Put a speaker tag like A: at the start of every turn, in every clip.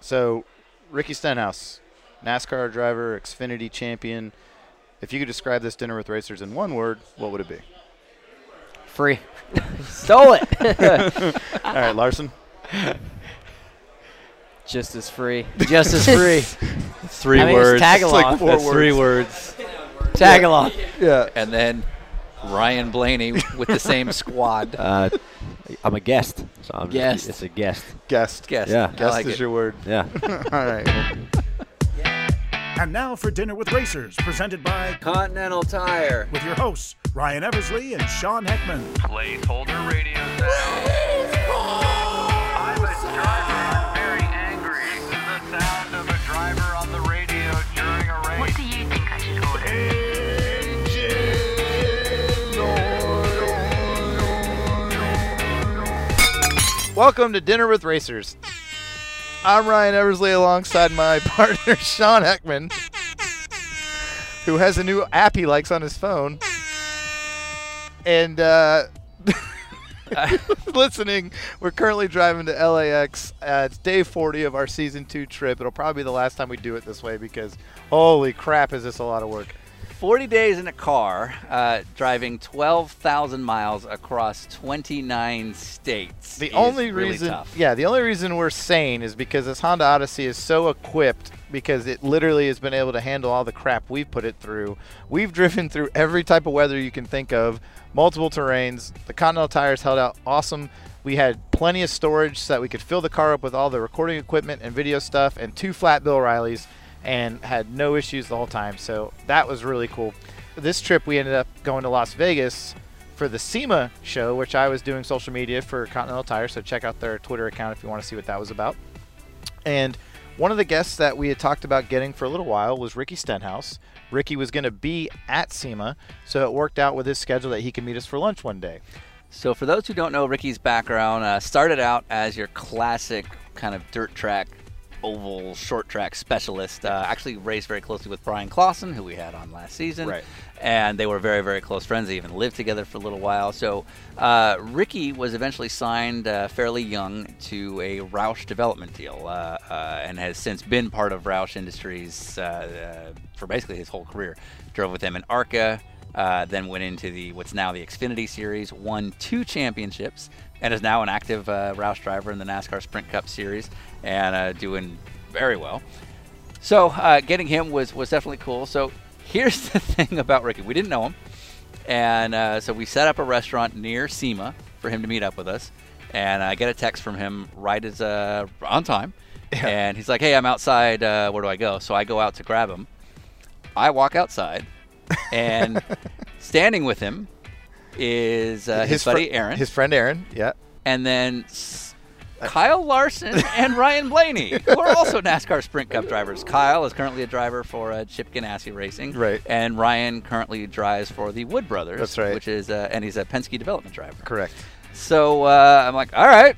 A: So, Ricky Stenhouse, NASCAR driver, Xfinity champion. If you could describe this dinner with racers in one word, what would it be?
B: Uh-huh. Free. Stole it.
A: All right, Larson.
B: Just as free. Just as free.
C: Three
B: I mean, it's
C: words.
B: tag along.
C: That's three words.
B: Tag along.
A: Yeah.
C: And then Ryan Blaney with the same squad.
D: Uh, I'm a guest. So I'm
B: Guest.
D: It's a guest.
A: Guest.
C: Guest.
D: Yeah.
C: I
A: Guest
C: like
A: is
C: it.
A: your word.
D: Yeah.
A: All right.
E: And now for Dinner with Racers, presented by
F: Continental Tire.
E: with your hosts Ryan Eversley and Sean Heckman.
G: Placeholder radio sound. I'm a driver. I'm very angry. This is the sound of a driver on the radio during a race. What do you think I should order?
A: Welcome to Dinner with Racers. I'm Ryan Eversley alongside my partner Sean Heckman, who has a new app he likes on his phone. And uh, listening, we're currently driving to LAX. Uh, it's day 40 of our season two trip. It'll probably be the last time we do it this way because holy crap, is this a lot of work.
F: 40 days in a car, uh, driving 12,000 miles across 29 states.
A: The
F: is
A: only
F: really
A: reason,
F: tough.
A: yeah, the only reason we're sane is because this Honda Odyssey is so equipped because it literally has been able to handle all the crap we've put it through. We've driven through every type of weather you can think of, multiple terrains. The Continental tires held out awesome. We had plenty of storage so that we could fill the car up with all the recording equipment and video stuff and two flat Bill Rileys and had no issues the whole time. So that was really cool. This trip we ended up going to Las Vegas for the SEMA show, which I was doing social media for Continental Tire. So check out their Twitter account if you want to see what that was about. And one of the guests that we had talked about getting for a little while was Ricky Stenhouse. Ricky was going to be at SEMA, so it worked out with his schedule that he could meet us for lunch one day.
F: So, for those who don't know Ricky's background, uh, started out as your classic kind of dirt track, oval, short track specialist. Uh, actually, raced very closely with Brian Clausen, who we had on last season.
A: Right.
F: And they were very, very close friends. They even lived together for a little while. So, uh, Ricky was eventually signed uh, fairly young to a Roush development deal uh, uh, and has since been part of Roush Industries uh, uh, for basically his whole career. Drove with them in ARCA. Uh, then went into the what's now the Xfinity Series, won two championships, and is now an active uh, Roush driver in the NASCAR Sprint Cup Series and uh, doing very well. So uh, getting him was was definitely cool. So here's the thing about Ricky: we didn't know him, and uh, so we set up a restaurant near SEMA for him to meet up with us. And I get a text from him right as uh, on time, and he's like, "Hey, I'm outside. Uh, where do I go?" So I go out to grab him. I walk outside, and standing with him is uh, his,
A: fri-
F: buddy Aaron,
A: His friend Aaron, yeah.
F: and then s- Kyle Larson and Ryan Blaney, who are also NASCAR Sprint Cup drivers. Kyle is currently a driver for uh, Chip Ganassi Racing,
A: Right.
F: And Ryan currently drives for the Wood Brothers.
A: That's right.
F: Which is uh, and he's a Penske development driver.
A: Correct.
F: So uh, I'm like, all right,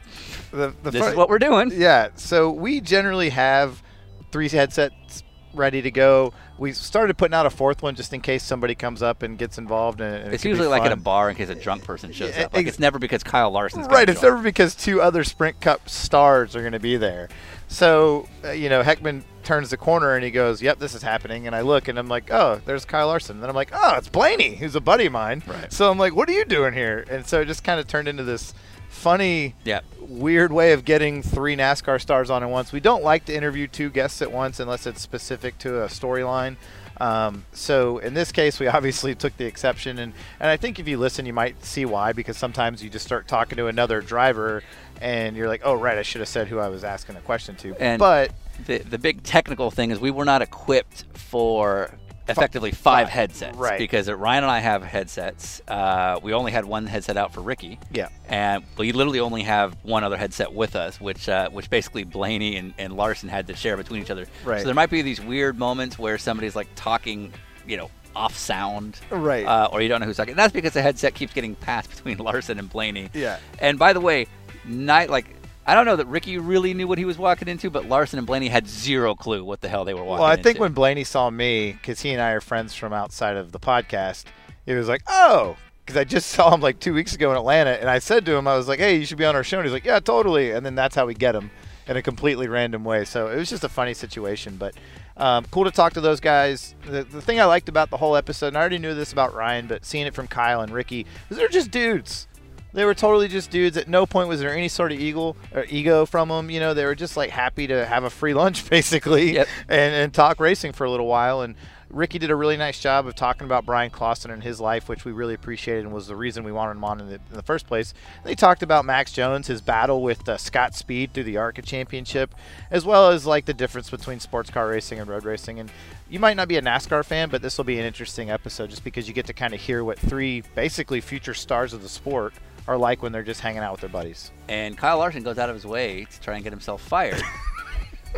A: The, the
F: this
A: fun-
F: is what we're doing.
A: Yeah, so we generally have three headsets ready to go. We started putting out a fourth one just in case somebody comes up and gets involved. And, and it
F: It's
A: could be
F: usually like at a
A: fun.
F: bar in case a drunk person shows
A: Yeah,
F: up. Like
A: ex-
F: it's never because Kyle Larson's
A: Right,
F: Got
A: it's never because two other Sprint Cup stars are going to be there. So, uh, you know, Heckman turns the corner and he goes, Yep, this is happening. And I look and I'm like, Oh, there's Kyle Larson. And then I'm like, Oh, it's Blaney, who's a buddy of mine.
F: Right.
A: So I'm like, What are you doing here? And so it just kind of turned into this funny,
F: Yeah.
A: weird way of getting three NASCAR stars on at once. We don't like to interview two guests at once unless it's specific to a storyline. Um, so in this case, we obviously took the exception, and, and I think if you listen, you might see why because sometimes you just start talking to another driver, and you're like, oh right, I should have said who I was asking a question to.
F: And-
A: but
F: the, the big technical thing is we were not equipped for effectively five headsets
A: right.
F: because uh, Ryan and I have headsets. Uh, we only had one headset out for Ricky.
A: Yeah.
F: And we literally only have one other headset with us, which uh, which basically Blaney and, and Larson had to share between each other.
A: Right.
F: So there might be these weird moments where somebody's like talking, you know, off sound.
A: Right.
F: Uh, or you don't know who's talking. And that's because the headset keeps getting passed between Larson and Blaney.
A: Yeah.
F: And by the way, night like I don't know that Ricky really knew what he was walking into, but Larson and Blaney had zero clue what the hell they were walking.
A: well, I think
F: into.
A: when Blaney saw me, because he and I are friends from outside of the podcast, he was like, oh. Because I just saw him like two weeks ago in Atlanta, and I said to him, I was like, "Hey, you should be on our show." And he's like, "Yeah, totally." And then that's how we get him. in a completely random way. So it was just a funny situation, but um, cool to talk to those guys. The, the thing I liked about the whole episode, and I already knew this about Ryan, but seeing it from Kyle and Ricky, is they're just dudes. They were totally just dudes. At no point was there any sort of eagle or ego from them. You know, they were just like happy to have a free lunch, basically,
F: Yep.
A: and, and talk racing for a little while. And Ricky did a really nice job of talking about Brian Clausen and his life, which we really appreciated and was the reason we wanted him on in the, in the first place. They talked about Max Jones, his battle with uh, Scott Speed through the ARCA Championship, as well as like the difference between sports car racing and road racing. And you might not be a NASCAR fan, but this will be an interesting episode just because you get to kind of hear what three basically future stars of the sport are like when they're just hanging out with their buddies.
F: And Kyle Larson goes out of his way to try and get himself fired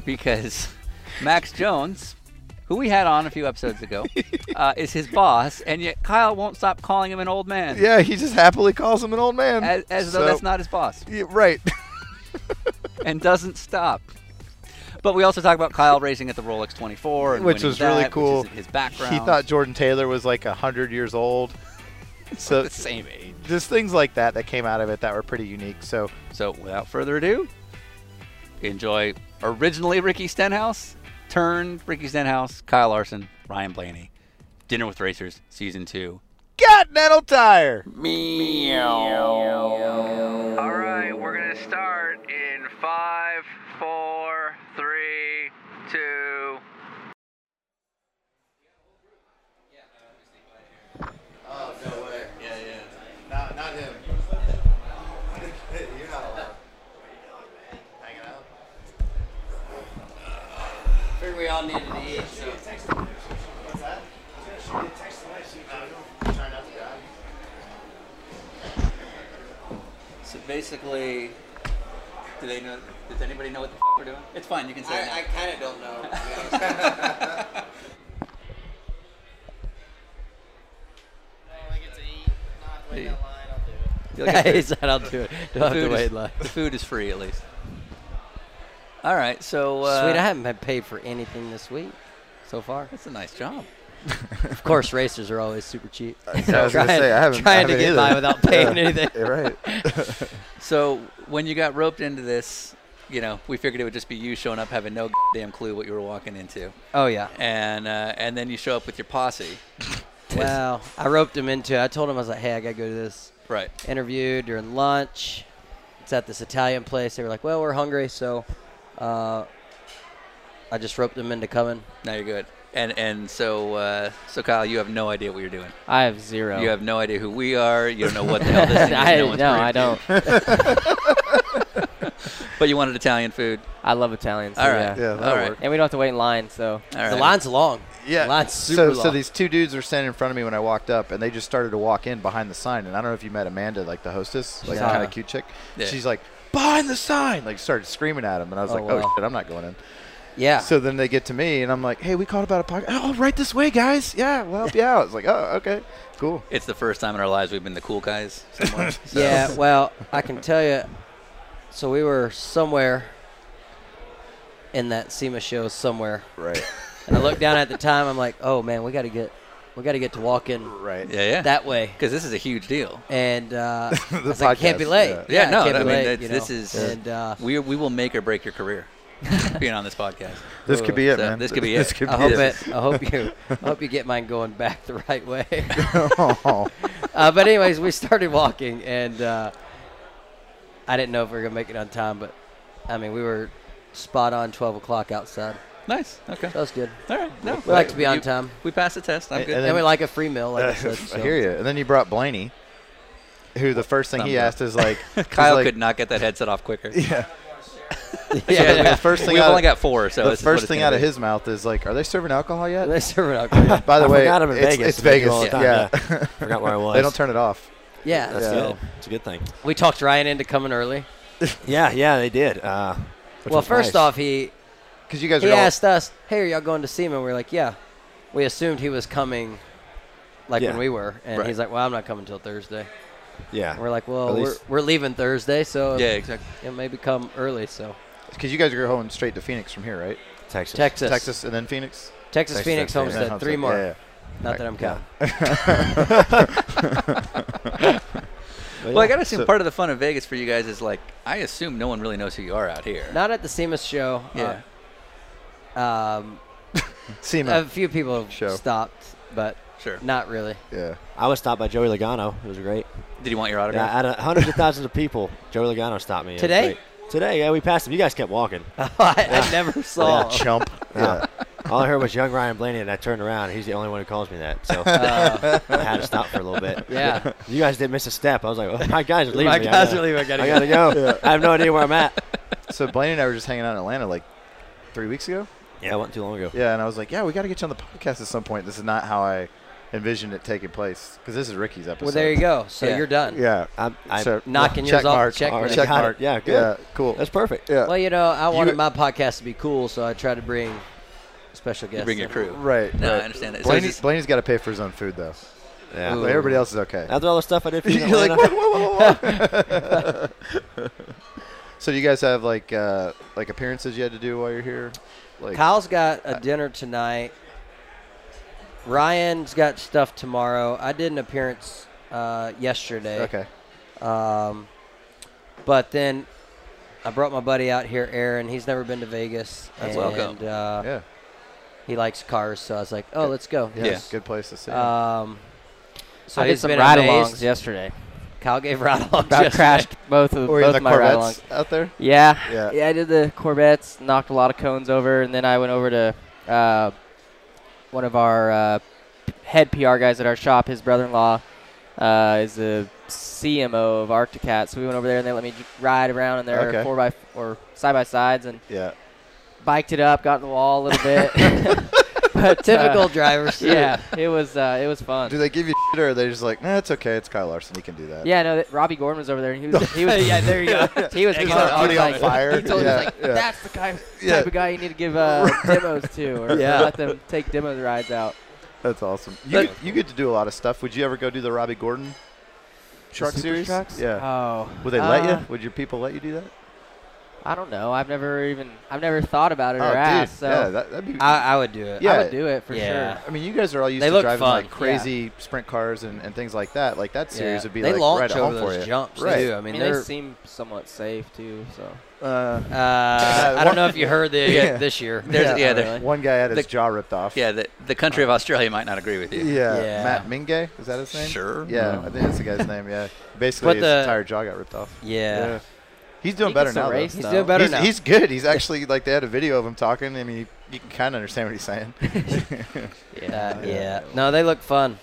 F: because Max Jones, who we had on a few episodes ago, uh, is his boss, and yet Kyle won't stop calling him an old man.
A: Yeah, he just happily calls him an old man.
F: As, as though that's not his boss,
A: right.
F: and doesn't stop. But we also talk about Kyle racing at the Rolex 24, and
A: which
F: winning
A: was really
F: that,
A: cool.
F: Which is his background,
A: He thought Jordan Taylor was like hundred years old. So
F: the same age.
A: just things like that that came out of it that were pretty unique. So
F: So without further ado, enjoy originally Ricky Stenhouse, turned Ricky Stenhouse, Kyle Larson, Ryan Blaney, Dinner with Racers, season two.
A: Continental Tire.
G: All right, we're gonna start in five, four, three, two.
B: we all needed to eat. So.
F: So basically, do they know? Does anybody know what the f- we're doing? It's fine. You can say it now.
B: kind of don't know.
F: You'll get there.
B: he said, "I'll do it. Don't have to
F: food is-
B: wait in line."
F: the food is free at least. All right, so uh,
B: Sweet, I haven't been paid for anything this week so far.
F: that's a nice job.
B: Of course, racers are always super cheap.
A: I was gonna
B: Trying-
A: say, I haven't- I
B: trying to
A: haven't
B: get
A: either.
B: by without paying anything.
A: right.
F: So when you got roped into this, you know, we figured it would just be you showing up having no damn clue what you were walking into,
B: Oh yeah.
F: and uh, and then you show up with your posse,
B: Well, I roped him into. it. I told him I was like, "Hey, I gotta go to this
F: right?
B: interview during lunch. It's at this Italian place. They were like, "Well, we're hungry, so uh, I just roped them into coming."
F: Now you're good. And and so uh, so Kyle, you have no idea what you're doing.
H: I have zero.
F: You have no idea who we are. You don't know what the hell this thing is.
H: I,
F: no,
H: no,
F: one's
H: I
F: briefed you.
H: don't.
F: But you wanted Italian food.
H: I love Italians. So
F: All right.
A: Yeah,
H: Yeah.
A: that'll
F: All right.
A: work.
H: And we don't have to wait in line, so.
F: All right.
B: The line's long.
A: Yeah.
B: The line's
A: so,
B: super long.
A: so these two dudes were standing in front of me when I walked up, and they just started to walk in behind the sign. And I don't know if you met Amanda, like the hostess, like
B: Yeah.
A: kind of cute chick.
F: Yeah.
A: She's like behind the sign, like started screaming at him, and I was
B: Oh,
A: like,
B: wow.
A: oh shit, I'm not going in.
B: yeah.
A: So then they get to me, and I'm like, hey, we called about a podcast. Oh, right this way, guys. Yeah, we'll help you out. It's like, oh, okay, cool.
F: It's the first time in our lives we've been the cool guys somewhere. So.
B: Yeah, well, I can tell you. So we were somewhere in that SEMA show somewhere,
A: Right,
B: and I looked down at the time. I'm like, oh man, we got to get, we got to get to walk in
A: right.
F: Yeah, yeah.
B: that way.
F: because this is a huge deal.
B: And uh, I was
A: The
B: like, can't be
A: podcast,
B: late.
A: yeah.
F: Yeah, no,
B: can't
F: I
B: be
F: mean,
B: late,
F: that's-
B: you
F: this
B: know.
F: is-
B: and uh,
F: We we will make or break your career being on this podcast.
A: This could be it,
F: So
A: man.
F: this could be
A: This
F: it. Oh.
A: could
B: I
A: be
B: hope
A: it.
B: it. I hope you. I hope you get mine going back the right way.
A: Oh.
B: uh, but anyways, we started walking, and uh, I didn't know if we were gonna make it on time, but I mean, we were spot on 12 o'clock outside.
F: Nice. Okay.
B: That was good.
F: All right. No,
B: We like to be on
F: you-
B: time.
F: We passed the test. I'm
A: And-
F: good.
A: and
B: And, we like a free meal, like I said.
A: I
B: So.
A: hear you. And then you brought Blaney, who the first thing he
F: Thumbs up.
A: asked is like, he's
F: Kyle
A: like-
F: could not get that headset off quicker.
A: Yeah.
B: Yeah,
A: The first thing
F: We've
A: out
F: only
A: of,
F: got four, so
A: the
F: this is what
A: first
F: it's
A: thing
F: gonna
A: out of
F: be.
A: his mouth is like, are they serving alcohol yet?
B: They serve it alcohol.
A: By the
D: I
A: way,
D: forgot I'm in
A: it's,
D: Vegas.
A: It's
D: They do
A: Vegas.
D: all the time,
A: yeah.
D: Forgot where I was.
A: they don't turn it off.
B: Yeah.
D: That's
A: Yeah.
D: good. It's a good thing.
B: We talked Ryan into coming early.
D: Yeah, yeah, they did. Uh, which
B: well,
D: was
B: first
D: nice.
B: off, he
A: Because you guys
B: he
A: are all,
B: asked us, "Hey, are y'all going to SEMA?" We were like, "Yeah." We assumed he was coming, like
D: Yeah.
B: when we were, and
F: Right.
B: he's like, "Well, I'm not coming till Thursday."
D: yeah,
B: We're like, "Well,
D: At
B: we're,
D: least-
B: we're leaving Thursday, so
F: Yeah, exactly.
B: yeah, maybe come early." So
A: because you guys are going straight to Phoenix from here, right?
D: Texas.
B: Texas,
A: Texas and then Phoenix.
B: Texas,
D: Texas,
B: Phoenix,
D: yeah.
A: and then Homestead.
B: Homestead, three more.
A: Yeah, yeah.
B: Not that I'm counting.
F: Well, I gotta assume part of the fun of Vegas for you guys is like I assume no one really knows who you are out here.
B: Not at the SEMA show.
F: yeah.
B: Uh, um,
A: SEMA.
B: a few people have
A: Show.
B: stopped, but
F: Sure.
B: not really.
A: yeah.
D: I was stopped by Joey Logano. It was great.
F: Did you want your
D: Yeah,
F: autograph?
D: out of hundreds of thousands of people, Joey Logano stopped me. It was
B: Today?
D: great. Today, yeah, we passed him. You guys kept walking.
B: I, I never saw.
A: chump. Yeah.
D: All I heard was young Ryan Blaney, and I turned around. and He's the only one who calls me that. So I had to stop for a little bit.
B: Yeah.
D: You guys didn't miss a step. I was like, oh, my guys are leaving.
B: My
D: me. I
B: guys
D: gotta-
B: are leaving. I gotta
D: I gotta go. I have no idea where I'm at.
A: so Blaine and I were just hanging out in Atlanta like three weeks ago.
D: Yeah, it wasn't too long ago.
A: Yeah, and I was like, yeah, we got to get you on the podcast at some point. This is not how I envisioned it taking place because this is Ricky's episode.
B: Well, there you go. So
F: Yeah.
B: you're done.
A: Yeah.
D: I'm, I,
A: So,
B: knocking
A: check
B: yours off
A: mark,
B: the checklist.
A: Check,
D: Already got
A: mark.
D: it. Yeah, good.
A: Yeah, cool.
D: That's perfect.
A: yeah.
B: Well, you know, I wanted
A: You-
B: my podcast to be cool, so I try to bring special guests.
F: You bring your
B: in.
F: crew.
A: right.
F: No,
A: right.
F: I understand that. So
A: Blaney,
F: is this-
A: Blaney's got to pay for his own food though.
D: Yeah.
A: Like, everybody else is okay.
D: After all the stuff I did for you, in
A: You're like,
D: Atlanta,
A: "Whoa, whoa, whoa, whoa." so do you guys have like uh, like appearances you had to do while you're here? Like
B: Kyle's got a dinner tonight. Ryan's got stuff tomorrow. I did an appearance uh, yesterday.
A: okay,
B: Um, but then I brought my buddy out here, Aaron. He's never been to Vegas. and,
F: That's welcome.
B: Uh,
A: yeah,
B: He likes cars, so I was like, oh, let's go.
A: yeah,
F: Yeah.
A: it's a good place to see.
H: Uh,
B: Um, so
H: I did
B: he's
H: some
B: been
H: ride-alongs
B: amazed.
H: yesterday.
B: Kyle gave ride-alongs.
H: About
B: yesterday.
H: crashed both of
A: or in
H: both
A: the
H: of my ride-alongs.
A: Corvettes out there.
H: Yeah.
A: Yeah.
H: I did the Corvettes, knocked a lot of cones over, and then I went over to uh, one of our uh, p- head PR guys at our shop. His brother-in-law uh, is the CMO of Arcticat, so we went over there and they let me j- ride around in their
A: Okay.
H: four by f- or side by sides and
A: Yeah,
H: biked it up, got in the wall a little bit. but uh,
B: Typical drivers.
H: yeah, it was uh, it was fun.
A: do they give you shit or are they just like, nah, it's okay, it's Kyle Larson, he can do that.
H: Yeah, no, that Robbie Gordon was over there, and he was he was yeah, there you go. He was
A: He's
H: pumped. He
A: already
H: was
A: on
H: like-
A: fire.
H: He told
A: yeah,
H: us like
A: yeah.
H: that's the kind
A: Yeah.
H: type of guy you need to give uh, demos to, or
B: Yeah.
H: let them take demo rides out.
A: That's awesome. You, get, you get to do a lot of stuff. Would you ever go do the Robbie Gordon Shark
H: Super
A: Series?
H: Trucks?
A: Yeah.
H: Oh.
A: Would they let
H: uh,
A: you? Would your people let you do that?
H: I don't know. I've never even I've never thought about it
A: oh,
H: or
A: dude.
H: asked. So
A: yeah, that, that'd be. I,
B: I, I would do it.
A: Yeah.
H: I would do it for
B: Yeah.
H: sure.
A: mean, you guys are all used
B: They
A: to
B: look
A: driving
B: fun,
A: like
B: yeah.
A: crazy sprint cars and, and things like that. Like that series
B: Yeah.
A: would be
B: they
A: like
B: launch
A: right at
B: over
A: home
B: those
A: for you.
B: jumps
A: right.
B: too. I
H: I
B: mean,
H: mean,
B: they're.
H: they seem somewhat safe too. So
A: Uh,
B: uh, I don't know if you heard the
A: Yeah.
B: this year.
A: Yeah.
F: There's, yeah, there-
A: one guy had his
F: The-
A: jaw ripped off.
F: yeah. The, the country of Australia might not agree with you.
A: Yeah.
B: Yeah.
A: Matt Mingay, is that his name?
F: Sure.
A: Yeah, I think that's the guy's name. Yeah. Basically,
B: But
A: his
B: the-
A: entire jaw got ripped off.
B: Yeah.
A: He's doing
H: He can
A: better
H: still
A: now. though.
H: race,
B: He's
H: though.
B: doing better
A: he's,
B: now.
A: he's good. He's actually like they had a video of him talking. I mean, you can kind of understand what he's saying.
B: Uh,
A: Yeah.
B: yeah. No, they look fun.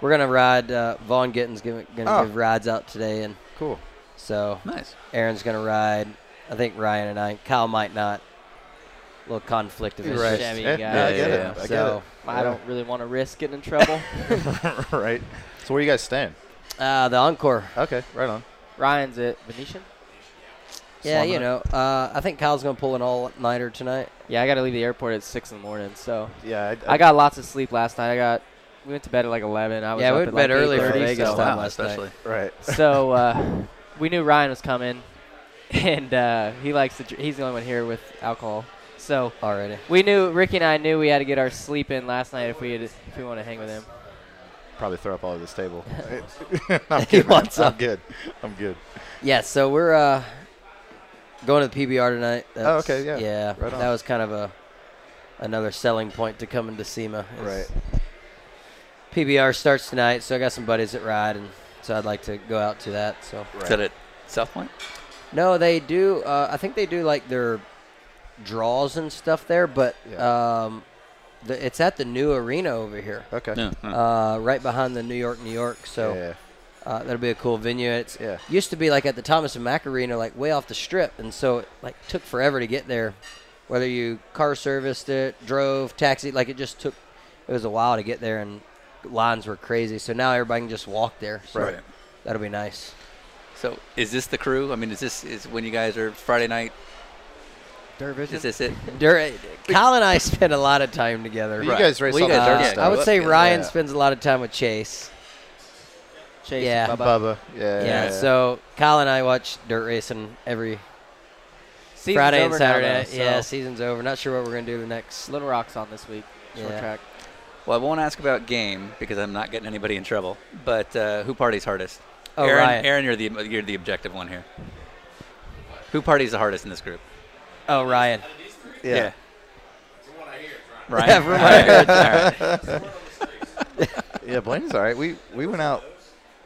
B: We're gonna ride. Uh, Vaughn Gittin's gonna, gonna
A: Oh.
B: give rides out today, and
A: cool.
B: so
F: Nice.
B: Aaron's gonna ride. I think Ryan and I. Kyle might not. little conflict of
A: You're
B: interest.
A: right.
H: Shemmy
A: Yeah,
H: guy.
A: yeah, I get
F: Yeah,
A: it. I
B: so
H: I don't really want to risk getting in trouble.
A: get it. right. So where you guys staying?
B: uh, the encore.
A: Okay, right on.
H: Ryan's at Venetian.
B: Yeah,
A: Slamming
B: you
A: it.
B: know. Uh, I think Kyle's gonna pull an all-nighter tonight.
H: Yeah, I got to leave the airport at six in the morning, so
A: Yeah,
H: I got lots of sleep last night. I got we went to bed at like eleven. I was
B: Yeah, we
H: up
B: went to
H: at
B: bed
H: like
B: early for
H: 8:30,
B: Vegas
H: so-
B: time.
F: Wow,
B: last night.
F: especially.
A: right.
H: So uh, we knew Ryan was coming, and uh, he likes to. Dr- he's the only one here with alcohol. So
B: Already.
H: we knew Ricky and I knew we had to get our sleep in last night if we had, if we want to hang with him.
A: Probably throw up all over this table. I'm
B: He
A: good. man.
B: wants
A: I'm
B: up.
A: good. I'm good.
B: Yeah, so we're uh, going to the PBR tonight. That's-
A: Oh, okay, yeah.
B: Yeah,
A: Right on.
B: that was kind of a another selling point to coming to SEMA. is
A: Right.
B: PBR starts tonight, so I got some buddies that ride, and so I'd like to go out to that. So
F: Is that at South Point?
B: no, they do. Uh, I think they do like their draws and stuff there, but um, the, it's at the new arena over here,
A: Okay.
F: No. no.
B: uh, right behind the New York, New York. So.
A: Yeah.
B: Uh, that'll be a cool venue. It's
A: Yeah.
B: used to be like at the Thomas and Mack Arena, like way off the strip, and so it like took forever to get there. Whether you car serviced it, drove, taxi, like it just took. It was a while to get there, and lines were crazy. So now everybody can just walk there. So
A: Right.
B: That'll be nice.
F: So is this the crew? I mean, is this is when you guys are Friday night? Is this it?
B: Dur- Kyle and I spend a lot of time together.
A: But You guys race
F: Well,
A: all
F: you guys
A: the
F: are-
A: dirt
F: yeah,
B: Uh,
A: stuff.
B: I would say
A: Yeah.
B: Ryan
A: Yeah.
B: spends a lot of time with Chase.
H: Chase,
B: Yeah.
H: and Bubba.
A: Bubba. Yeah.
B: Yeah. So Kyle and I watch dirt racing every
H: Season's
B: Friday and
H: over now,
B: Saturday.
H: though,
B: night. Yeah,
H: so
B: season's over. Not sure what we're gonna do the next
H: Little Rock's on this week. Short
B: Yeah.
H: track.
F: Well, I won't ask about game because I'm not getting anybody in trouble. But uh, who parties hardest?
B: Oh,
F: Aaron,
B: Ryan.
F: Aaron, you're the you're the objective one here. Who parties the hardest in this group?
B: Oh, Ryan.
A: Yeah.
F: Ryan.
B: Yeah, from what I heard.
F: All right.
A: Yeah, Blaney's all right. We we went out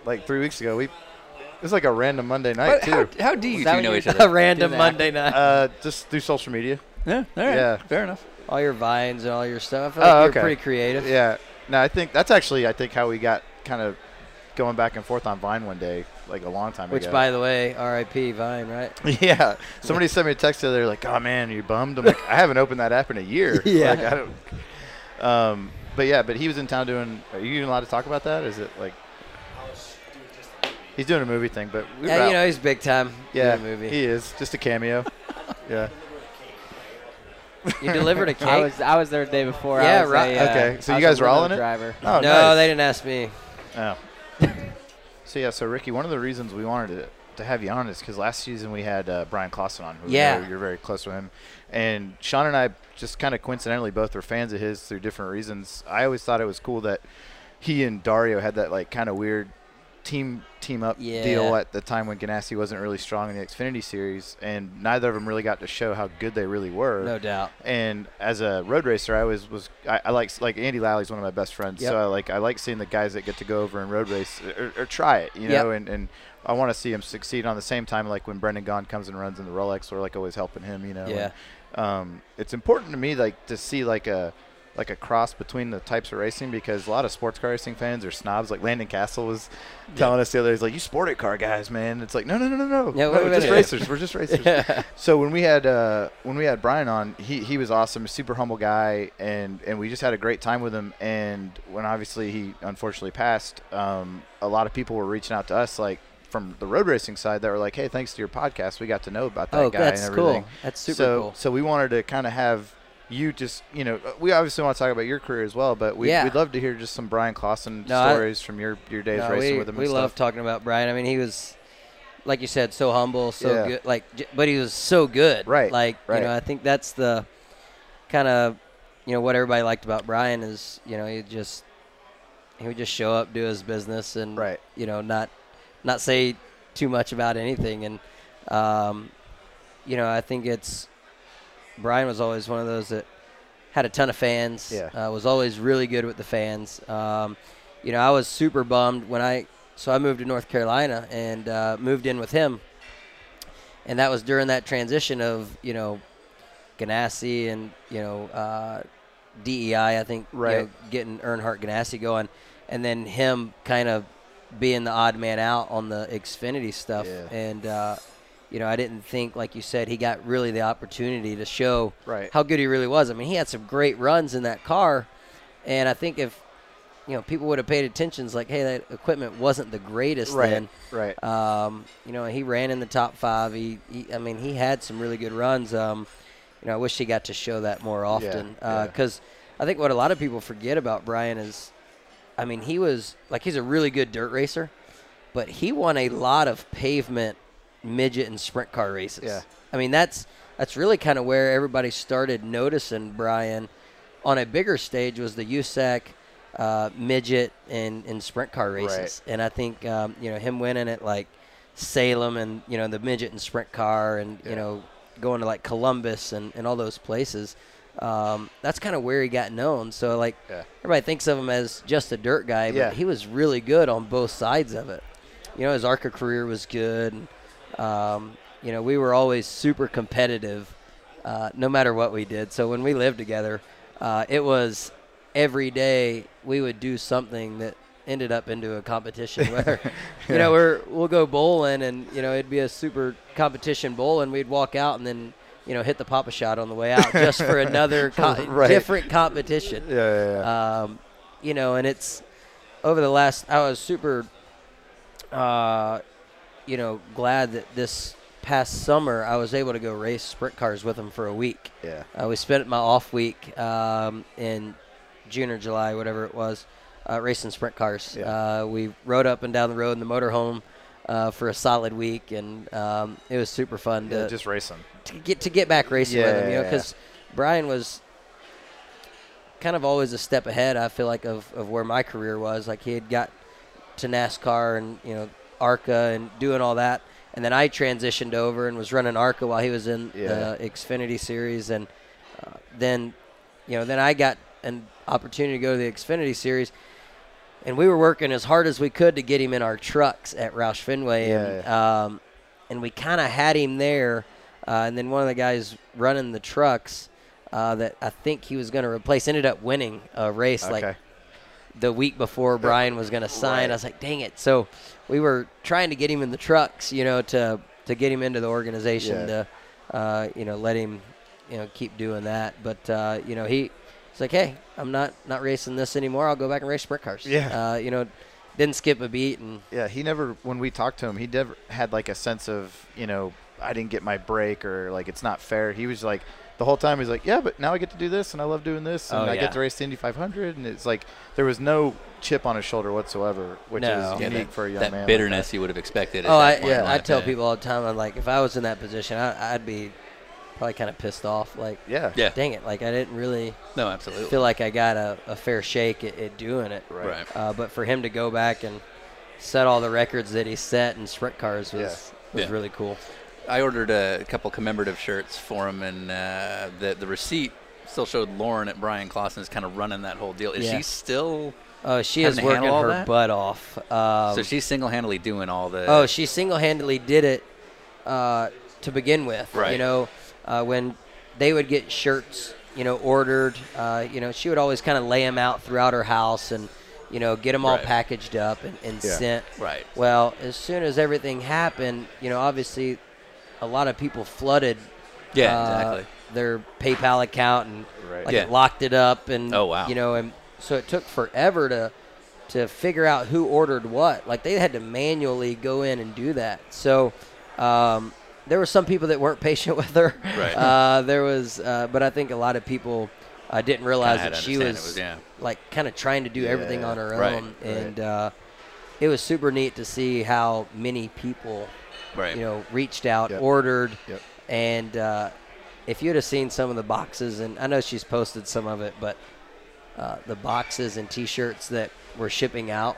A: like three weeks ago. We it was like a random Monday night
F: But
A: too.
F: how, how do you
B: Is that
F: two
B: what
F: know
B: you-
F: each other?
B: A random
H: Do that.
B: Monday night.
A: Uh, just through social media.
F: Yeah, all right.
A: Yeah.
F: fair enough.
B: all your vines and all your stuff. I feel like
A: Oh,
B: you're
A: okay.
B: pretty creative.
A: Yeah. No, I think that's actually I think how we got kind of going back and forth on Vine one day, like a long time
B: Which,
A: ago.
B: by the way, R.I.P. Vine, right?
A: Yeah. Somebody sent me a text the other day, like, oh man, you bummed? I'm like, I haven't opened that app in a year.
B: Yeah.
A: Like, I don't. Um, but yeah, but he was in town doing. Are you even allowed to talk about that? Is it like. He's doing a movie thing, but we were
B: yeah,
A: out-
B: you know he's big time. in
A: yeah,
B: the movie.
A: he is just a cameo. yeah.
B: You delivered a cake.
H: I was I was there the day before.
B: Yeah,
H: I was
B: right.
H: a, uh,
A: Okay, so
H: I
A: you
H: was a
A: guys were all
H: limo
A: in it?
H: Driver.
A: Oh,
B: no,
A: nice.
B: they didn't ask me.
A: Oh. so yeah, so Ricky, one of the reasons we wanted to, to have you on is because last season we had uh, Brian Clausen on, who we
B: Yeah.
A: know you're very close with him, and Sean and I just kind of coincidentally both were fans of his through different reasons. I always thought it was cool that he and Dario had that like kind of weird team team up deal
B: Yeah.
A: at the time when Ganassi wasn't really strong in the Xfinity series, and neither of them really got to show how good they really were.
B: No doubt.
A: And as a road racer, I always was I, I like like Andy Lally's one of my best friends.
B: Yep.
A: So I like I like seeing the guys that get to go over and road race or, or try it, you
B: Yep.
A: know. And, and I want to see him succeed. On the same time, like when Brendan Gaughan comes and runs in the Rolex, we're like always helping him, you know.
B: Yeah.
A: And, um, it's important to me like to see like a like a cross between the types of racing because a lot of sports car racing fans are snobs. Like Landon Castle was telling us the other day, he's like, "You sport car guys, man." It's like, no, no, no, no, no,
B: Yeah,
A: no,
B: wait a
A: we're just
B: minute.
A: racers. We're just racers. So when we had uh, when we had Brian on, he, he was awesome, a super humble guy, and, and we just had a great time with him. And when obviously he unfortunately passed, um, a lot of people were reaching out to us like from the road racing side that were like, hey, thanks to your podcast, we got to know about that
B: Oh,
A: guy.
B: that's
A: and
B: cool.
A: everything.
B: That's super
A: so,
B: cool.
A: So we wanted to kind of have you just you know uh, we obviously want to talk about your career as well, but we
B: Yeah.
A: we'd love to hear just some Brian Clausen
B: No, I-
A: stories from your your days
B: No,
A: racing
B: we
A: with him.
B: we
A: and
B: love
A: stuff.
B: talking about Brian. I mean, he was, like you said, so humble, so
A: Yeah.
B: good. Like, j- but he was so good.
A: Right,
B: Like,
A: right.
B: you know, I think that's the kind of, you know, what everybody liked about Brian is, you know, he just he would just show up, do his business, and
A: Right.
B: you know, not not say too much about anything. And, um, you know, I think it's Brian was always one of those that had a ton of fans.
A: Yeah.
B: Uh, was always really good with the fans. Um, you know, I was super bummed when I so I moved to North Carolina and uh, moved in with him, and that was during that transition of you know, Ganassi and you know, uh, DEI. I think you know,
A: Right.
B: getting Earnhardt Ganassi going, and then him kind of being the odd man out on the Xfinity stuff,
A: Yeah.
B: and uh, you know, I didn't think like you said he got really the opportunity to show
A: Right.
B: how good he really was. I mean, he had some great runs in that car, and I think if you know people would have paid attention, it's like, hey, that equipment wasn't the greatest
A: Right,
B: then.
A: right.
B: Um, you know, he ran in the top five. He, he I mean, he had some really good runs. Um, you know, I wish he got to show that more often
A: yeah.
B: because I think what a lot of people forget about Brian is, I mean, he was like he's a really good dirt racer, but he won a lot of pavement, midget, and sprint car races.
A: Yeah.
B: I mean, that's that's really kind of where everybody started noticing Brian on a bigger stage was the USAC uh, midget and, and sprint car races. And I think um, you know him winning at like Salem and you know the midget and sprint car and you know going to like Columbus and, and all those places. Um, that's kind of where he got known. So like
A: Yeah.
B: everybody thinks of him as just a dirt guy, but
A: Yeah.
B: he was really good on both sides of it. You know his ARCA career was good. And, um, you know, we were always super competitive, uh, no matter what we did. So when we lived together, uh, it was every day we would do something that ended up into a competition. Whether you know, we're we'll go bowling, and you know, it'd be a super competition bowl, and we'd walk out, and then you know, hit the papa shot on the way out just for another co-
A: Right.
B: different competition
A: Yeah, yeah, yeah.
B: um, you know, and it's over the last. I was super, uh, you know, glad that this past summer I was able to go race sprint cars with him for a week.
A: yeah.
B: Uh, we spent my off week um, in June or July, whatever it was, uh, racing sprint cars.
A: Yeah.
B: Uh, we rode up and down the road in the motorhome. Uh, for a solid week, and um, it was super fun
A: Yeah,
B: to
A: just racing.
B: to get to get back racing with him, you
A: Yeah.
B: know, because Brian was kind of always a step ahead. I feel like of, of where my career was. Like he had got to NASCAR and you know ARCA and doing all that. And then I transitioned over and was running ARCA while he was in the Xfinity series. And uh, then, you know, then I got an opportunity to go to the Xfinity series. And we were working as hard as we could to get him in our trucks at Roush Fenway. And, um, and we kind of had him there. Uh, and then one of the guys running the trucks uh, that I think he was going to replace ended up winning a race like
A: Okay.
B: the week before Brian was going to sign. I was like, dang it. So we were trying to get him in the trucks, you know, to, to get him into the
A: Yeah.
B: organization to, uh, you know, let him, you know, keep doing that. But, uh, you know, he, it's like, hey, I'm not, not racing this anymore. I'll go back and race sprint cars.
A: Yeah.
B: Uh, you know, didn't skip a beat and
A: Yeah, he never. When we talked to him, he never had like a sense of you know I didn't get my break or like it's not fair. He was like the whole time he's like, yeah, but now I get to do this and I love doing this and
B: Oh,
A: I
B: yeah.
A: get to race the Indy 500 and it's like there was no chip on his shoulder whatsoever, which
B: No.
A: is
B: Yeah,
A: unique
F: that,
A: for a young
F: that
A: man. like
F: bitterness you would have expected. At
B: Oh,
F: that
B: I,
F: point in
B: yeah, I
F: life,
B: tell
F: yeah.
B: people all the time, I'm like, if I was in that position, I, I'd be probably kind of pissed off. Like,
A: that. Yeah.
F: Yeah.
B: dang it, like I didn't really
F: No, absolutely.
B: feel like I got a, a fair shake at, at doing it.
F: right.
B: Uh, but for him to go back and set all the records that he set in sprint cars was was
F: Yeah.
B: really cool.
F: I ordered a couple commemorative shirts for him, and uh, the the receipt still showed Lauren at Brian Clausen's kind of running that whole deal. Is
B: Yeah.
F: she still?
B: Uh, she
F: Having
B: is
F: to
B: working
F: handle all
B: her
F: that?
B: butt off. Um,
F: so she's single handedly doing all the.
B: Oh, she single-handedly did it uh, to begin with. You
F: Right.
B: know, uh, when they would get shirts, you know, ordered, uh, you know, she would always kind of lay them out throughout her house and, you know, get them all
F: Right.
B: packaged up and, and sent.
F: Right.
B: Well, as soon as everything happened, you know, obviously, a lot of people flooded.
F: yeah,
B: uh,
F: exactly.
B: Their PayPal account and like
F: Yeah.
B: it locked it up and
F: Oh, wow.
B: you know and so it took forever to to figure out who ordered what. Like they had to manually go in and do that. So um, there were some people that weren't patient with her.
F: Right.
B: Uh, there was, uh, but I think a lot of people uh, didn't realize
F: had
B: that
F: to
B: she
F: understand
B: was,
F: it was- yeah.
B: like kind of trying to do everything on her
F: Right,
B: own, and uh, it was super neat to see how many people
F: Right.
B: you know, reached out,
A: Yep.
B: ordered,
A: Yep.
B: and uh, if you'd have seen some of the boxes, and I know she's posted some of it, but uh, the boxes and T-shirts that were shipping out,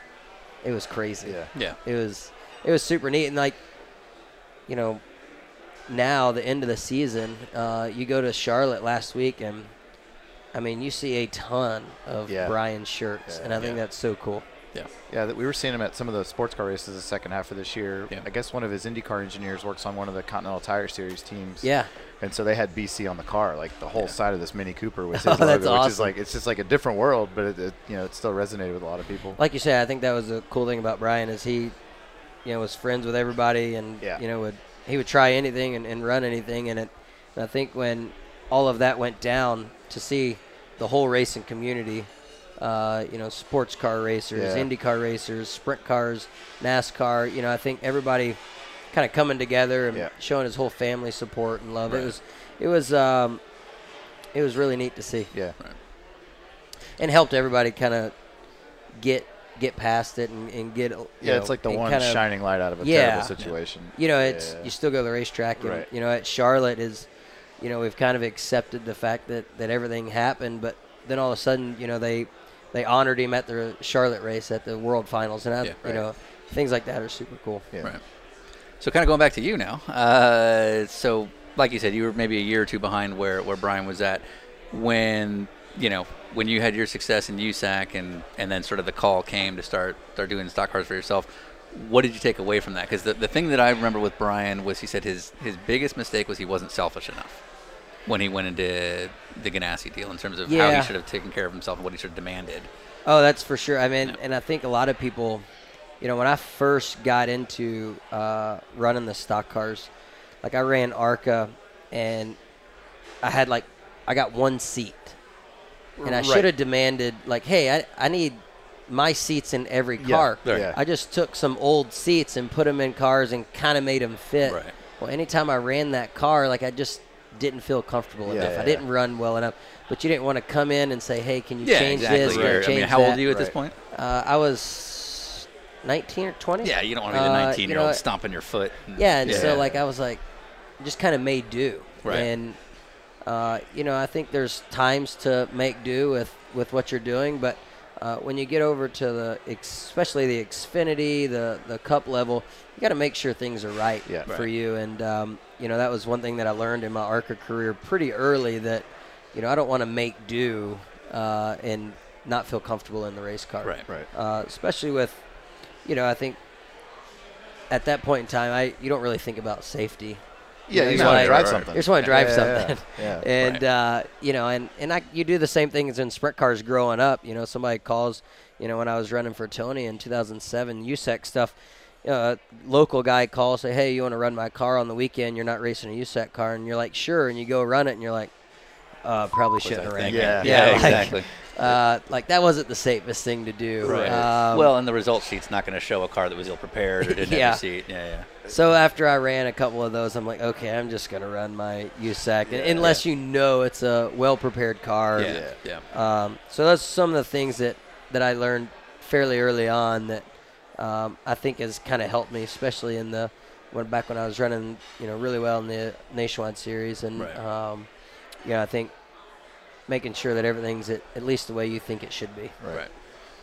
B: it was crazy.
A: Yeah.
F: yeah.
B: It was it was super neat, and like, you know, now the end of the season, uh, you go to Charlotte last week, and I mean, you see a ton of
A: Yeah.
B: Brian shirts,
A: Yeah.
B: and I think
F: Yeah.
B: that's so cool.
F: Yeah.
A: Yeah, that we were seeing him at some of the sports car races the second half of this year.
F: Yeah.
A: I guess one of his IndyCar engineers works on one of the Continental Tire Series teams.
B: Yeah.
A: And so they had BC on the car, like the whole side of this Mini Cooper was his
B: Oh,
A: logo,
B: that's
A: which is
B: awesome.
A: like it's just like a different world, but it, it you know it still resonated with a lot of people.
B: like you said, I think that was the cool thing about Brian is he, you know, was friends with everybody and
A: Yeah.
B: you know would he would try anything and, and run anything and it. And I think when all of that went down, to see the whole racing community, uh, you know, sports car racers,
A: Yeah.
B: IndyCar racers, sprint cars, NASCAR, you know, I think everybody kind of coming together and
A: Yeah.
B: showing his whole family support and love. It was, it was, um, it was really neat to see
A: yeah.
B: and helped everybody kind of get get past it and, and get you
A: Yeah,
B: know,
A: it's like the
B: and
A: one
B: kinda-
A: shining light out of a
B: Yeah.
A: terrible situation.
B: you know it's
A: Yeah.
B: you still go to the racetrack and
A: Right.
B: you know at charlotte is you know we've kind of accepted the fact that that everything happened but then all of a sudden you know they they honored him at the charlotte race at the world finals and I,
F: Yeah.
B: you know things like that are super cool
A: Yeah.
F: Right. So kind of going back to you now. Uh, so like you said, you were maybe a year or two behind where, where Brian was at when you know when you had your success in USAC and and then sort of the call came to start start doing stock cars for yourself. What did you take away from that? Because the, the thing that I remember with Brian was he said his his biggest mistake was he wasn't selfish enough when he went into the Ganassi deal in terms of how
B: Yeah.
F: he should have taken care of himself and what he should have demanded.
B: Oh, that's for sure. I mean, and I think a lot of people, you know, when I first got into uh, running the stock cars, like I ran ARCA, and I had like I got one seat, and I should have demanded like, hey, I I need my seats in every
A: Yeah,
B: car.
A: right. Yeah.
B: I just took some old seats and put them in cars and kind of made them fit.
F: Right.
B: Well, anytime I ran that car, like I just didn't feel comfortable
A: Yeah,
B: enough.
A: yeah,
B: I didn't run well enough. But you didn't want to come in and say, hey, can you change this? Can you
F: You're- I mean,
B: change
F: how old
B: that?
F: are you at this
A: Right.
F: point?
B: Uh, I was 19 or 20.
F: Yeah, you don't want to be the
B: Uh, you
F: 19 year
B: know,
F: old stomping your foot.
B: Yeah, and
F: Yeah.
B: so like I was like, just kind of made do.
F: Right.
B: And uh, you know, I think there's times to make do with with what you're doing, but uh, when you get over to the especially the Xfinity, the the Cup level, you got to make sure things are right
A: Yeah.
B: for you. And um, you know that was one thing that I learned in my ARCA career pretty early that you know I don't want to make do uh, and not feel comfortable in the race car.
F: Right.
A: Right.
B: Uh, especially with you know I think at that point in time I you don't really think about safety.
A: Yeah,
B: know,
A: you
B: he's
A: just want to
B: like-
A: drive
D: Right.
A: something.
B: You just want to drive
A: Yeah, yeah,
B: something.
A: Yeah. yeah.
B: and uh, you know, and and I, you do the same things in sprint cars growing up. You know, somebody calls. You know, when I was running for Tony in 2007, USEC E stuff. Uh, local guy calls, say, "Hey, you want to run my car on the weekend? You're not racing a USEC car," and you're like, "Sure," and you go run it, and you're like, uh, "Probably shouldn't have ran."
A: Yeah.
B: that."
A: Yeah,
B: like,
F: exactly.
B: Uh, like that wasn't the safest thing to do.
F: Right.
B: Um,
F: well, and the result sheet's not going to show a car that was ill prepared or didn't
B: Yeah.
F: have a seat. Yeah, yeah.
B: So after I ran a couple of those, I'm like, okay, I'm just gonna run my USAC, unless you know it's a well-prepared car.
F: yeah, yeah.
B: Um, so that's some of the things that that I learned fairly early on that um, I think has kind of helped me, especially in the when back when I was running, you know, really well in the nationwide series, and
F: Right.
B: um, yeah, I think making sure that everything's at, at least the way you think it should be.
A: Right.
F: Right.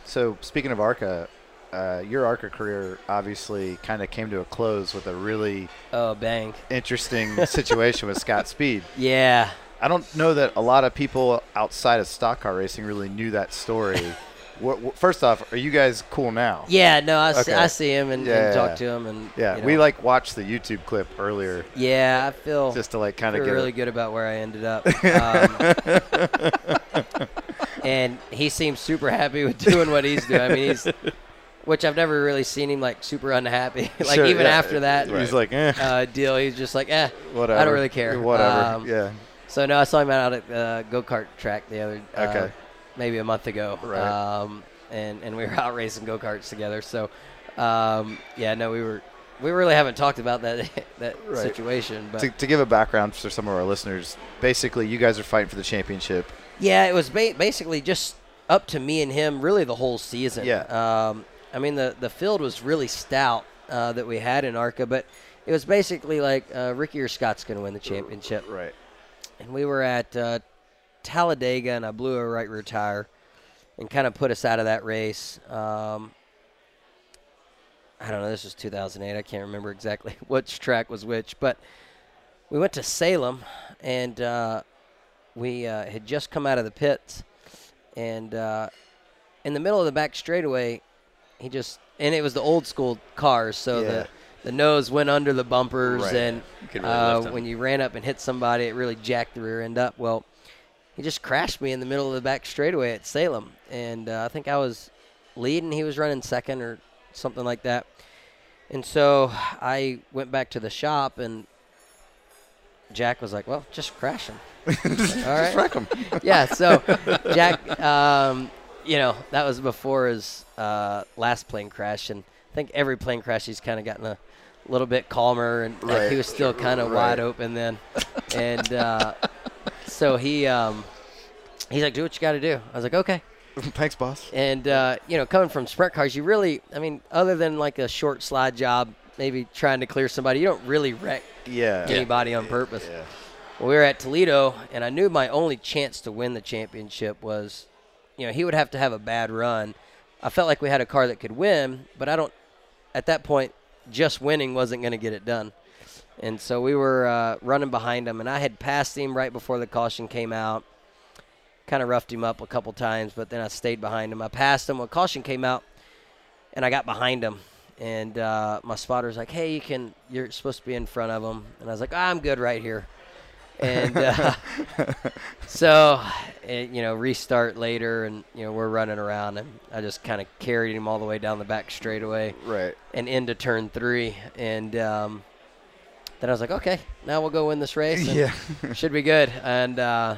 A: So speaking of ARCA, uh, your ARCA career obviously kind of came to a close with a really
B: Oh, bang!
A: interesting situation with Scott Speed.
B: Yeah,
A: I don't know that a lot of people outside of stock car racing really knew that story. what, what, first off, are you guys cool now?
B: yeah. No, I, see,
A: Okay.
B: I see him and, and
A: Yeah,
B: talk
A: yeah.
B: to him, and
A: Yeah,
B: you know.
A: we like watched the YouTube clip earlier
B: Yeah, I feel
A: just to like kind
B: feel
A: of get
B: really
A: really
B: good about where I ended up. Um, and he seems super happy with doing what he's doing. I mean, he's, which I've never really seen him like super unhappy. like
A: Sure,
B: even
A: yeah.
B: after that
A: He's like, eh,
B: uh, deal, he's just like, eh.
A: whatever.
B: really care.
A: Whatever.
B: Um,
A: yeah.
B: So no, I saw him out at uh, go kart track the other, uh,
A: Okay.
B: maybe a month ago.
A: Right.
B: Um, and and we were out racing go karts together. So, um, yeah, no, we were. We really haven't talked about that that
A: Right.
B: situation, but
A: To, to give a background for some of our listeners, basically, you guys are fighting for the championship.
B: Yeah, it was ba- basically just up to me and him really the whole season.
A: Yeah.
B: Um, I mean, the, the field was really stout uh, that we had in ARCA, but it was basically like uh, Ricky or Scott's going to win the championship.
A: Right.
B: And we were at uh, Talladega, and I blew a right rear tire and kind of put us out of that race. Um, I don't know, this was 2008. I can't remember exactly which track was which, but we went to Salem, and uh, we uh, had just come out of the pits, and uh, in the middle of the back straightaway, he just and it was the old school cars, so
A: Yeah.
B: the the nose went under the bumpers,
A: Right.
B: and
F: could really
B: uh,
F: lift 'em.
B: when you ran up and hit somebody, it really jacked the rear end up. Well, he just crashed me in the middle of the back straightaway at Salem, and uh, I think I was leading, he was running second or something like that. And so I went back to the shop, and Jack was like, "Well, just crash him." All right.
A: Wreck 'em.
B: yeah. So Jack, um, you know, that was before his uh, last plane crash, and I think every plane crash he's kind of gotten a little bit calmer, and like,
A: Right.
B: he was still kind of
A: Right.
B: wide open then, and uh, so he. Um, He's like, do what you got to do. I was like, okay.
A: Thanks, boss.
B: And uh, you know, coming from sprint cars, you really, I mean, other than like a short slide job, maybe trying to clear somebody, you don't really wreck
A: Yeah.
B: anybody on purpose.
A: Yeah.
B: Well, we were at Toledo, and I knew my only chance to win the championship was, you know, he would have to have a bad run. I felt like we had a car that could win, but I don't, at that point, just winning wasn't going to get it done. And so we were uh, running behind him, and I had passed him right before the caution came out. Kind of roughed him up a couple times, but then I stayed behind him. I passed him when caution came out, and I got behind him. And uh, my spotter's like, "Hey, you can. You're supposed to be in front of him." And I was like, "Ah, "I'm good right here." And uh, so, it, you know, restart later, and you know we're running around, and I just kind of carried him all the way down the back straightaway
A: Right.
B: and into turn three. And um, then I was like, okay, now we'll go win this race. and
A: Yeah.
B: should be good. And uh,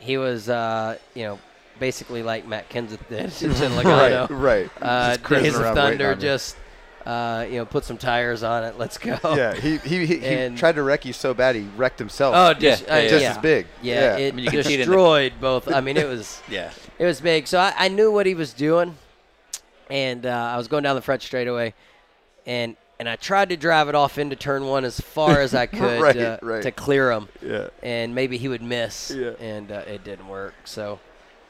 B: he was, uh, you know, basically like Matt Kenseth did to Logano.
A: Right. Right.
B: Uh,
A: Just cruising
B: Days of
A: around waiting
B: Thunder,
A: on you.
B: just, uh, you know, put some tires on it. Let's go.
A: Yeah. He he, he, he
B: Oh. And-
A: tried to wreck you so bad he wrecked himself.
B: Oh, just,
F: Yeah,
B: uh,
F: yeah,
A: just
B: yeah.
A: as big.
B: Yeah, it
F: I mean, you can see it in the-
B: destroyed both. I mean, it was
F: Yeah.
B: it was big. So I, I knew what he was doing, and uh, I was going down the front straightaway, and and I tried to drive it off into turn one as far as I could
A: Right,
B: to,
A: right.
B: to clear him,
A: yeah.
B: and maybe he would miss,
A: Yeah.
B: and uh, it didn't work. So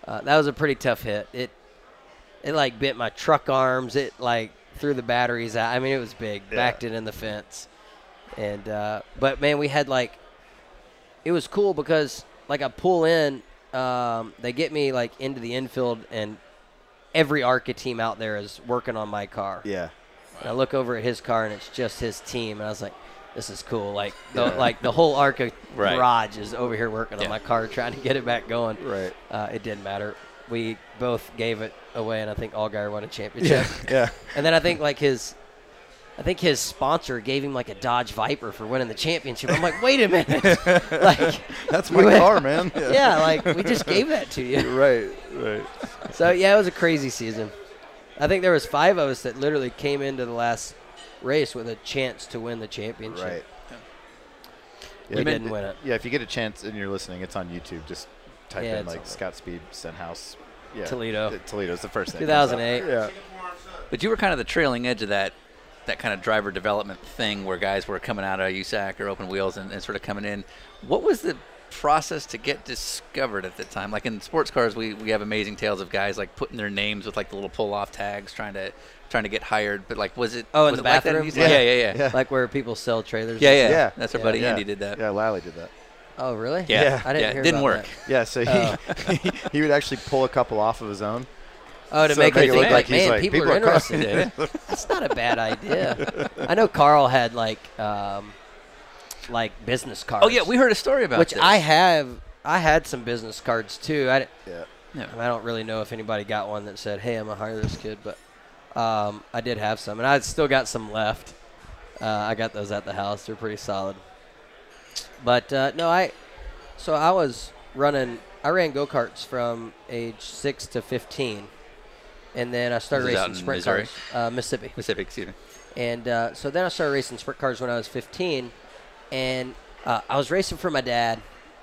B: Uh, that was a pretty tough hit. It it like bent my truck arms. It like threw the batteries out. I mean, it was big. Backed it in the fence. And uh, but man, we had like it was cool because like I pull in, um, they get me like into the infield, and every ARCA team out there is working on my car.
D: Yeah.
B: And I look over at his car, and it's just his team. And I was like, "This is cool." Like, the, like the whole Arca
F: Right.
B: garage is over here working on
F: Yeah.
B: my car, trying to get it back going.
D: Right.
B: Uh, it didn't matter. We both gave it away, and I think Allgaier won a championship.
A: Yeah.
B: and then I think like his, I think his sponsor gave him like a Dodge Viper for winning the championship. I'm like, wait a minute, like
A: That's
B: we
A: my
B: went-
A: car, man.
B: Yeah, like we just gave that to you.
A: Right, right.
B: So yeah, it was a crazy season. I think there was five of us that literally came into the last race with a chance to win the championship.
A: Right.
B: We
A: Yeah,
B: didn't
A: it-
B: win it.
A: Yeah, if you get a chance and you're listening, it's on YouTube. Just type
B: Yeah,
A: in
B: it's
A: like
B: on there.
A: Scott Speed Stenhouse. Yeah,
B: Toledo.
A: Th- Toledo's the first thing. that comes up.
B: 2008.
A: Yeah.
F: But you were kind of the trailing edge of that that kind of driver development thing where guys were coming out of USAC or open wheels and, and sort of coming in. What was the process to get discovered at the time? Like in sports cars we, we have amazing tales of guys like putting their names with like the little pull off tags trying to trying to get hired. But like was it
B: Oh, in
F: was
B: the
F: it like that
B: bathroom?
F: USAC? Yeah, yeah, yeah. Yeah,
A: Yeah.
B: Like where people sell trailers.
F: yeah.
A: Yeah.
F: That's our
B: Yeah.
F: buddy
A: Yeah.
F: Andy did that.
A: Yeah, Lally did that.
B: Oh, really?
F: Yeah. Yeah.
B: I didn't
F: Yeah, it
B: hear
F: didn't
B: about
F: work.
B: that.
A: Yeah, so he,
B: Oh.
A: he he would actually pull a couple off of his own.
B: Oh, to
A: So
B: make,
A: make
B: me
A: it
B: think
A: look
B: like,
A: like he's
B: man,
A: like,
B: people,
A: people
B: are
A: are caught.
B: interested. That's not a bad idea. I know Carl had like, um, like business cards.
F: Oh yeah, we heard a story about
B: which
F: this.
B: I have. I had some business cards too. I, d-
A: Yeah.
F: Yeah.
B: I don't really know if anybody got one that said, "Hey, I'm gonna hire this kid," but um, I did have some, and I still got some left. Uh, I got those at the house; they're pretty solid. But uh, no, I so I was running. I ran go karts from age six to fifteen, and then I started
F: This is out
B: racing
F: in
B: sprint
F: Missouri?
B: cars, uh, Mississippi.
F: Pacific, excuse me.
B: And uh, so then I started racing sprint cars when I was 15, and uh, I was racing for my dad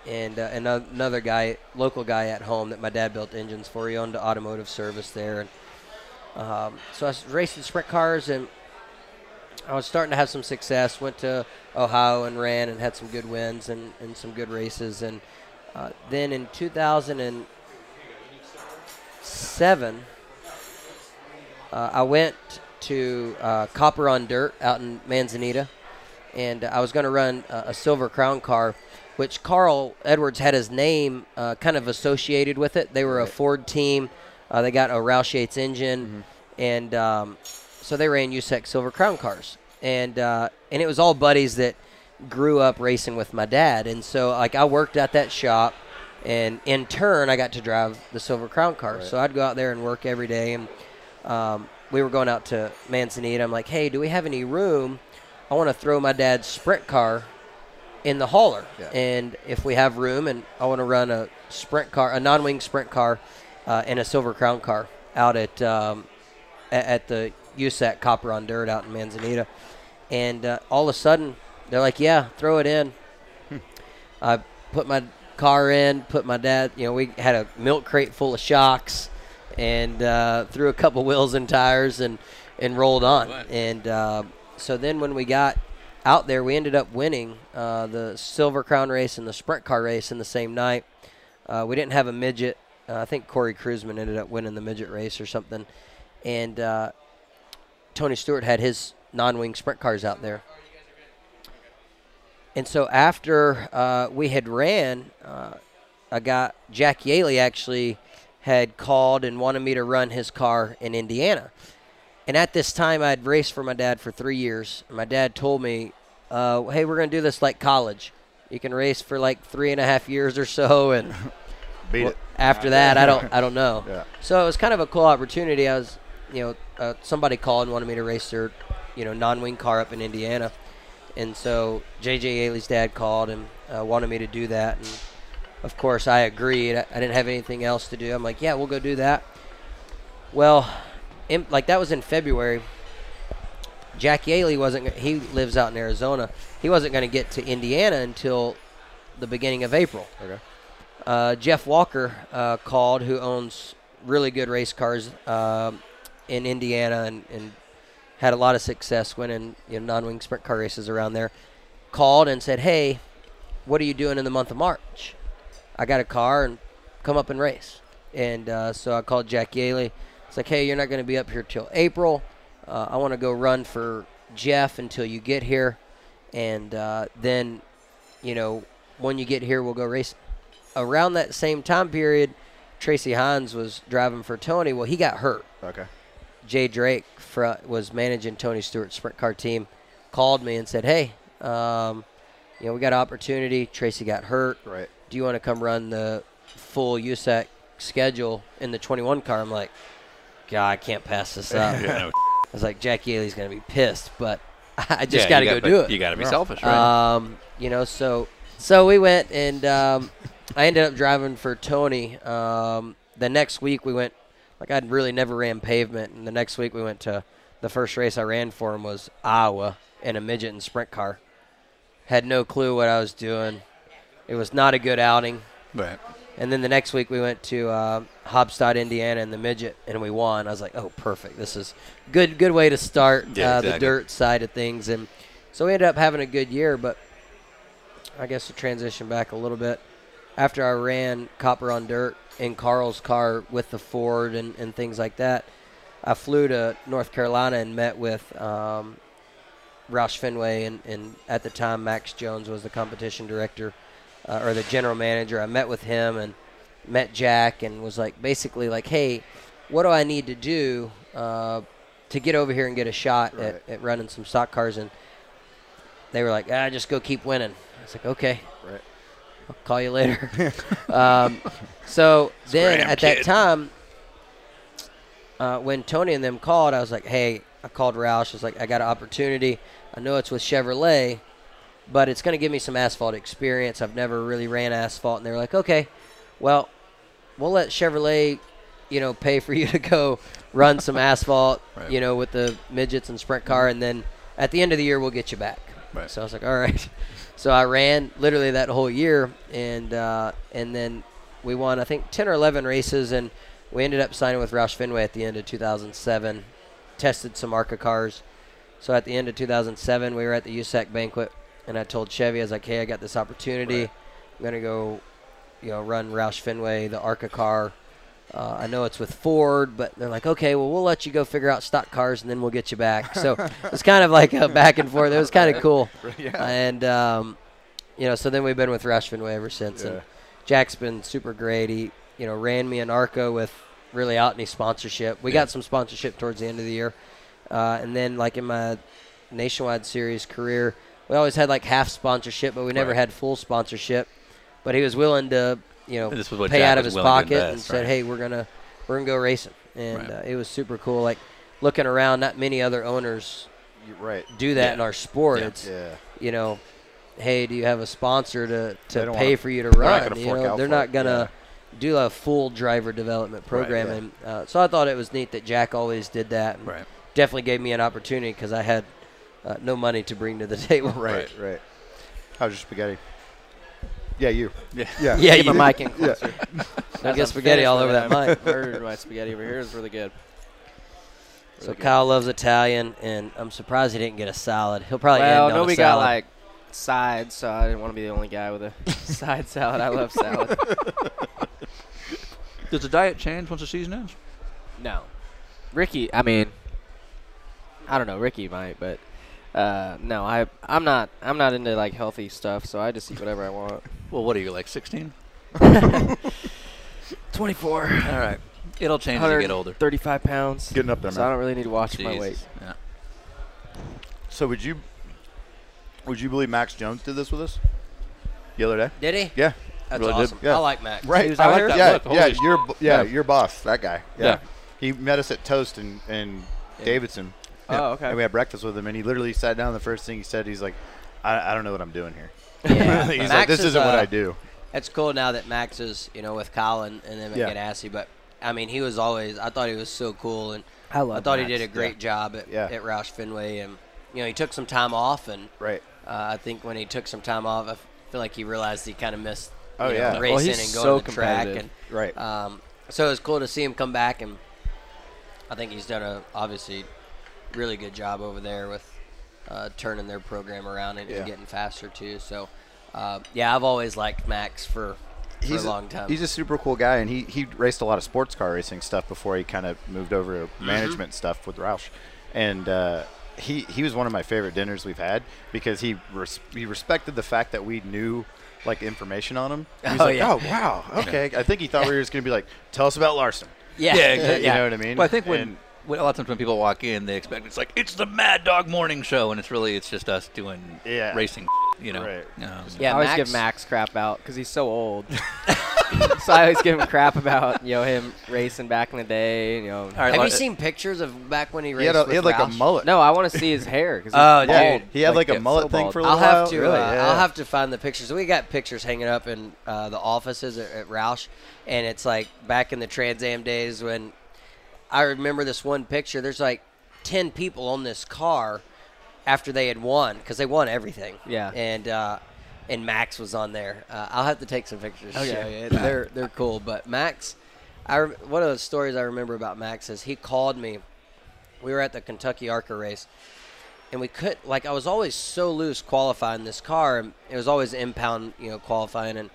B: and uh, and a- another guy, local guy at home that my dad built engines for. He owned an automotive service there, and um, so I was racing sprint cars, and I was starting to have some success. Went to Ohio and ran and had some good wins and, and some good races, and uh, then in 2007. Uh, I went to uh, Copper on Dirt out in Manzanita, and I was going to run uh, a Silver Crown car, which Carl Edwards had his name uh, kind of associated with it. They were a Ford team. Uh, they got a Roush Yates engine, and um, so they ran USEC Silver Crown cars, and uh, and it was all buddies that grew up racing with my dad, and so like I worked at that shop. And in turn, I got to drive the Silver Crown car. So I'd go out there and work every day, and um, we were going out to Manzanita. I'm like, hey, do we have any room? I want to throw my dad's sprint car in the hauler.
A: Yeah.
B: And if we have room, and I want to run a sprint car, a non wing sprint car, uh, and a Silver Crown car out at um, a- at the USAC Copper on Dirt out in Manzanita. And uh, all of a sudden, they're like, yeah, throw it in. I put my car in, put my dad, you know, we had a milk crate full of shocks and uh, threw a couple wheels and tires and, and rolled on. And uh, so then when we got out there, we ended up winning uh, the Silver Crown race and the sprint car race in the same night. Uh, we didn't have a midget. Uh, I think Corey Cruzman ended up winning the midget race or something. And uh, Tony Stewart had his non wing sprint cars out there. And so after uh, we had ran, uh, I got Jack Yaley actually had called and wanted me to run his car in Indiana. And at this time, I'd raced for my dad for three years. My dad told me, uh, "Hey, we're going to do this like college. You can race for like three and a half years or so, and
A: Beat
B: well,
A: it.
B: after that, I don't, I don't know.
A: Yeah.
B: So it was kind of a cool opportunity. I was, you know, uh, somebody called and wanted me to race their, you know, non-wing car up in Indiana, and so JJ Ailey's dad called and uh, wanted me to do that, and of course I agreed. I, I didn't have anything else to do. I'm like, yeah, we'll go do that. Well, in, like that was in February. Jack Yaley wasn't. g- He lives out in Arizona. He wasn't going to get to Indiana until the beginning of April. Okay. Uh, Jeff Walker uh, called, who owns really good race cars um, in Indiana and, and had a lot of success winning you know, non-wing sprint car races around there. Called and said, "Hey, what are you doing in the month of March? I got a car and come up and race." And uh, so I called Jack Yaley. It's like, hey, you're not going to be up here till April. Uh, I want to go run for Jeff until you get here, and uh, then, you know, when you get here, we'll go race. Around that same time period, Tracy Hines was driving for Tony. Well, he got hurt.
A: Okay.
B: Jay Drake fr- was managing Tony Stewart's sprint car team, called me and said, "Hey, um, you know, we got an opportunity. Tracy got hurt.
A: Right.
B: Do you want to come run the full USAC schedule in the 21 car?" I'm like, "God, I can't pass this up." I was like, "Jack Yaley's gonna be pissed," but I just got to go do it.
F: You got to be
A: Yeah.
F: selfish, right?
B: Um, you know, so so we went and um, I ended up driving for Tony. Um, the next week we went like I'd really never ran pavement, and the next week we went to the first race I ran for him was Iowa in a midget and sprint car. Had no clue what I was doing. It was not a good outing.
F: right.
B: And then the next week we went to uh, Hobstadt, Indiana, in the midget, and we won. I was like, "Oh, perfect! This is good. Good way to start
F: Yeah,
B: uh, the
F: exactly.
B: dirt side of things." And so we ended up having a good year. But I guess to transition back a little bit, after I ran copper on dirt in Carl's car with the Ford and, and things like that, I flew to North Carolina and met with um, Roush Fenway, and, and at the time Max Jones was the competition director uh, or the general manager. I met with him and met Jack and was like basically like, hey, what do I need to do uh, to get over here and get a shot
A: Right.
B: at, at running some stock cars? And they were like, ah, just go keep winning. I was like, okay,
A: Right.
B: I'll call you later. um, so then
F: Scram,
B: at
F: kid.
B: that time, uh, when Tony and them called, I was like, hey, I called Roush. I was like, I got an opportunity. I know it's with Chevrolet, but it's going to give me some asphalt experience. I've never really ran asphalt. And they were like, okay, well, we'll let Chevrolet, you know, pay for you to go run some asphalt,
F: Right.
B: you know, with the midgets and sprint car. And then at the end of the year, we'll get you back.
F: Right.
B: So I was like, all right. So I ran literally that whole year, and uh, and then we won I think ten or eleven races, and we ended up signing with Roush Fenway at the end of 2007. Tested some Arca cars, so at the end of 2007 we were at the USAC banquet, and I told Chevy I was like, hey, I got this opportunity, I'm gonna go, you know, run Roush Fenway the Arca car. Uh, I know it's with Ford, but they're like, okay, well, we'll let you go figure out stock cars, and then we'll get you back. So it's kind of like a back and forth. It was kind of cool. And um, you know, so then we've been with Roush Fenway ever since.
A: Yeah.
B: And Jack's been super great. He, you know, ran me an Arco with really out any sponsorship. We got some sponsorship towards the end of the year, uh, and then like in my nationwide series career, we always had like half sponsorship, but we never
F: Right.
B: had full sponsorship. But he was willing to, you know,
F: This was what
B: pay
F: Jack
B: out of
F: was
B: his
F: willing to
B: pocket and
F: invest,
B: said,
F: right.
B: "Hey, we're gonna we're gonna go racing," and
F: Right.
B: uh, it was super cool. Like looking around, not many other owners
A: You're right.
B: do that
F: Yeah.
B: in our sport.
F: Yeah.
B: It's
A: Yeah.
B: you know, hey, do you have a sponsor to,
A: They
B: to
A: don't
B: pay
A: wanna-
B: for you to
A: they're not
B: run?
A: gonna
B: you
A: fork
B: know,
A: out
B: they're
A: for
B: not
A: it,
B: gonna do a full driver development program,
A: yeah.
B: and uh, so I thought it was neat that Jack always did that. And
F: Right.
B: Definitely gave me an opportunity because I had uh, no money to bring to the table.
A: Right. Right. How's your spaghetti? Yeah, you.
F: Yeah.
A: Yeah.
B: Yeah,
H: Keep
B: you.
H: my mic in closer.
B: I get spaghetti all over that mic.
H: Murdered my spaghetti over here. It was really good.
B: So Kyle loves Italian, and I'm surprised he didn't get a salad. He'll probably
H: well,
B: end on
H: nobody
B: a salad.
H: got like sides, so I didn't want to be the only guy with a side salad. I love salad.
F: Does the diet change once the season ends?
H: No, Ricky. I mean, I don't know. Ricky might, but uh, no, I I'm not I'm not into like healthy stuff, so I just eat whatever I want.
F: Well, what are you like 16?
H: 24,
F: All right. It'll change as you get older.
H: 35 pounds.
A: Getting up there,
H: So I
A: man.
H: don't really need to watch my
F: Jesus.
H: weight.
F: Yeah.
A: So would you would you believe Max Jones did this with us the other day?
B: Did he?
A: Yeah.
B: That's
A: really did.
B: awesome.
A: Yeah.
B: I like Max.
A: Right.
H: He was
A: I
H: out
A: like
H: here?
A: that. Yeah.
F: Look, holy
A: yeah.
F: sh-
A: Your bo- yeah,
F: Yeah.
A: Your boss. That guy. Yeah.
F: Yeah.
A: He met us at Toast and and Davidson.
H: Oh, okay.
A: And we had breakfast with him, and he literally sat down. The first thing he said, he's like, "I, I don't know what I'm doing here."
B: Yeah.
A: he's like,
B: Max
A: "This
B: is,
A: isn't what
B: uh,
A: I do."
B: It's cool now that Max is, you know, with Colin and then
A: Yeah.
B: McGanassi, but I mean, he was always. I thought he was so cool, and
H: I love
B: I thought he
H: Max,
B: did a great job at,
A: Yeah.
B: at Roush Fenway, and you know, he took some time off, and
A: Right.
B: uh, I think when he took some time off, I f- feel like he realized he kind of missed.
A: Oh,
B: you know,
A: yeah. Well,
B: racing and
H: he's
B: going
H: so
B: to the track,
H: competitive.
B: and
A: Right.
B: um, so it was cool to see him come back, and I think he's done a obviously really good job over there with uh, turning their program around and, and
A: Yeah.
B: getting faster too. So uh, yeah, I've always liked Max for for
A: he's
B: a long time.
A: He's a super cool guy, and he, he raced a lot of sports car racing stuff before he kind of moved over to management stuff with Roush, and uh, he he was one of my favorite dinners we've had because he res- he respected the fact that we knew. Like information on him. He was
B: Oh,
A: like,
B: yeah.
A: oh, wow. Okay. I think he thought we were just going to be like, tell us about Larson.
B: yeah,
A: You know what I mean?
F: Well, I think when,
A: And-
F: when a lot of times when people walk in, they expect it's like it's the Mad Dog Morning Show, and it's really it's just us doing
A: Yeah.
F: racing, you know.
A: Right.
F: Um,
H: I
B: Yeah,
H: always
B: Max-
H: give Max crap out because he's so old. so I always give him crap about you know him racing back in the day. You know,
F: right,
B: Have
F: lo-
B: you seen pictures of back when he raced
A: he had, a,
B: with
A: he had like a
B: Roush?
A: mullet.
H: no, I want to see his hair. 'cause he's
D: Uh,
F: Oh,
H: bald.
F: dude.
A: He had like,
F: Like
A: a
F: this.
A: mullet
H: So
A: thing
H: bald.
A: for a
B: I'll
A: little while.
B: have to.
A: Really?
B: uh,
A: Yeah.
B: I'll have to find the pictures. We got pictures hanging up in uh, the offices at, at Roush, and it's like back in the Trans Am days when I remember this one picture. There's like ten people on this car after they had won because they won everything.
H: Yeah.
B: and uh, and Max was on there. Uh, I'll have to take some pictures to
H: Okay.
B: show you. They're they're cool, but Max. I rem- one of the stories I remember about Max is he called me. We were at the Kentucky ARCA race, and we could like I was always so loose qualifying this car. and It was always impound, you know, qualifying, and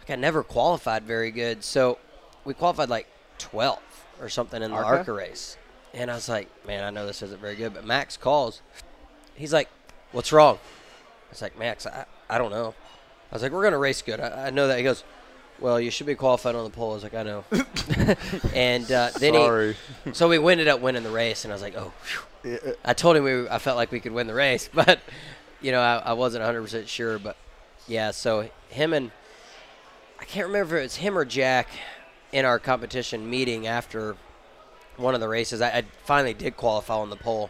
B: like I never qualified very good. So we qualified like 12th or something in the
H: ARCA?
B: ARCA, race, and I was like, man, I know this isn't very good. But Max calls, he's like, what's wrong? I was like, Max, I, I don't know. I was like, we're gonna race good. I, I know that. He goes. Well, you should be qualified on the pole. I was like, I know. and uh, then he,
A: Sorry.
B: so we ended up winning the race, and I was like, oh, phew. I told him we, I felt like we could win the race, but you know, I, I wasn't 100 percent sure. But yeah, so him and I can't remember if it was him or Jack in our competition meeting after one of the races. I, I finally did qualify on the pole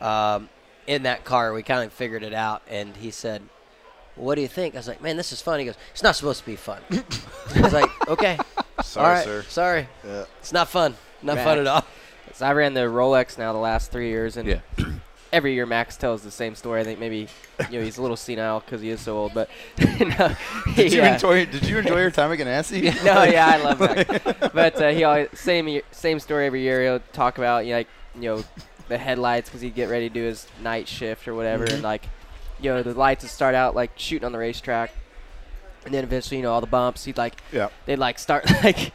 B: um, in that car. We kind of figured it out, and he said, "What do you think?" I was like, "Man, this is fun." He goes, "It's not supposed to be fun." I was like, "Okay,
A: Sorry,
B: all right,
A: sir.
B: sorry,
A: Yeah.
B: it's not fun, not fun at
H: Max.
B: all."
H: So I ran the Rolex now the last three years, and
F: Yeah.
H: every year Max tells the same story. I think maybe you know he's a little senile because he is so old. But no, uh,
A: Did you
H: yeah.
A: enjoy? Did you enjoy your time at Ganassi?
H: no, yeah, I love Max. But uh, he always same year- same story every year. He'll talk about you know, like you know the headlights because he'd get ready to do his night shift or whatever,
F: Mm-hmm.
H: and like you know the lights would start out like shooting on the racetrack, and then eventually you know all the bumps. He'd like
A: Yeah.
H: they'd like start like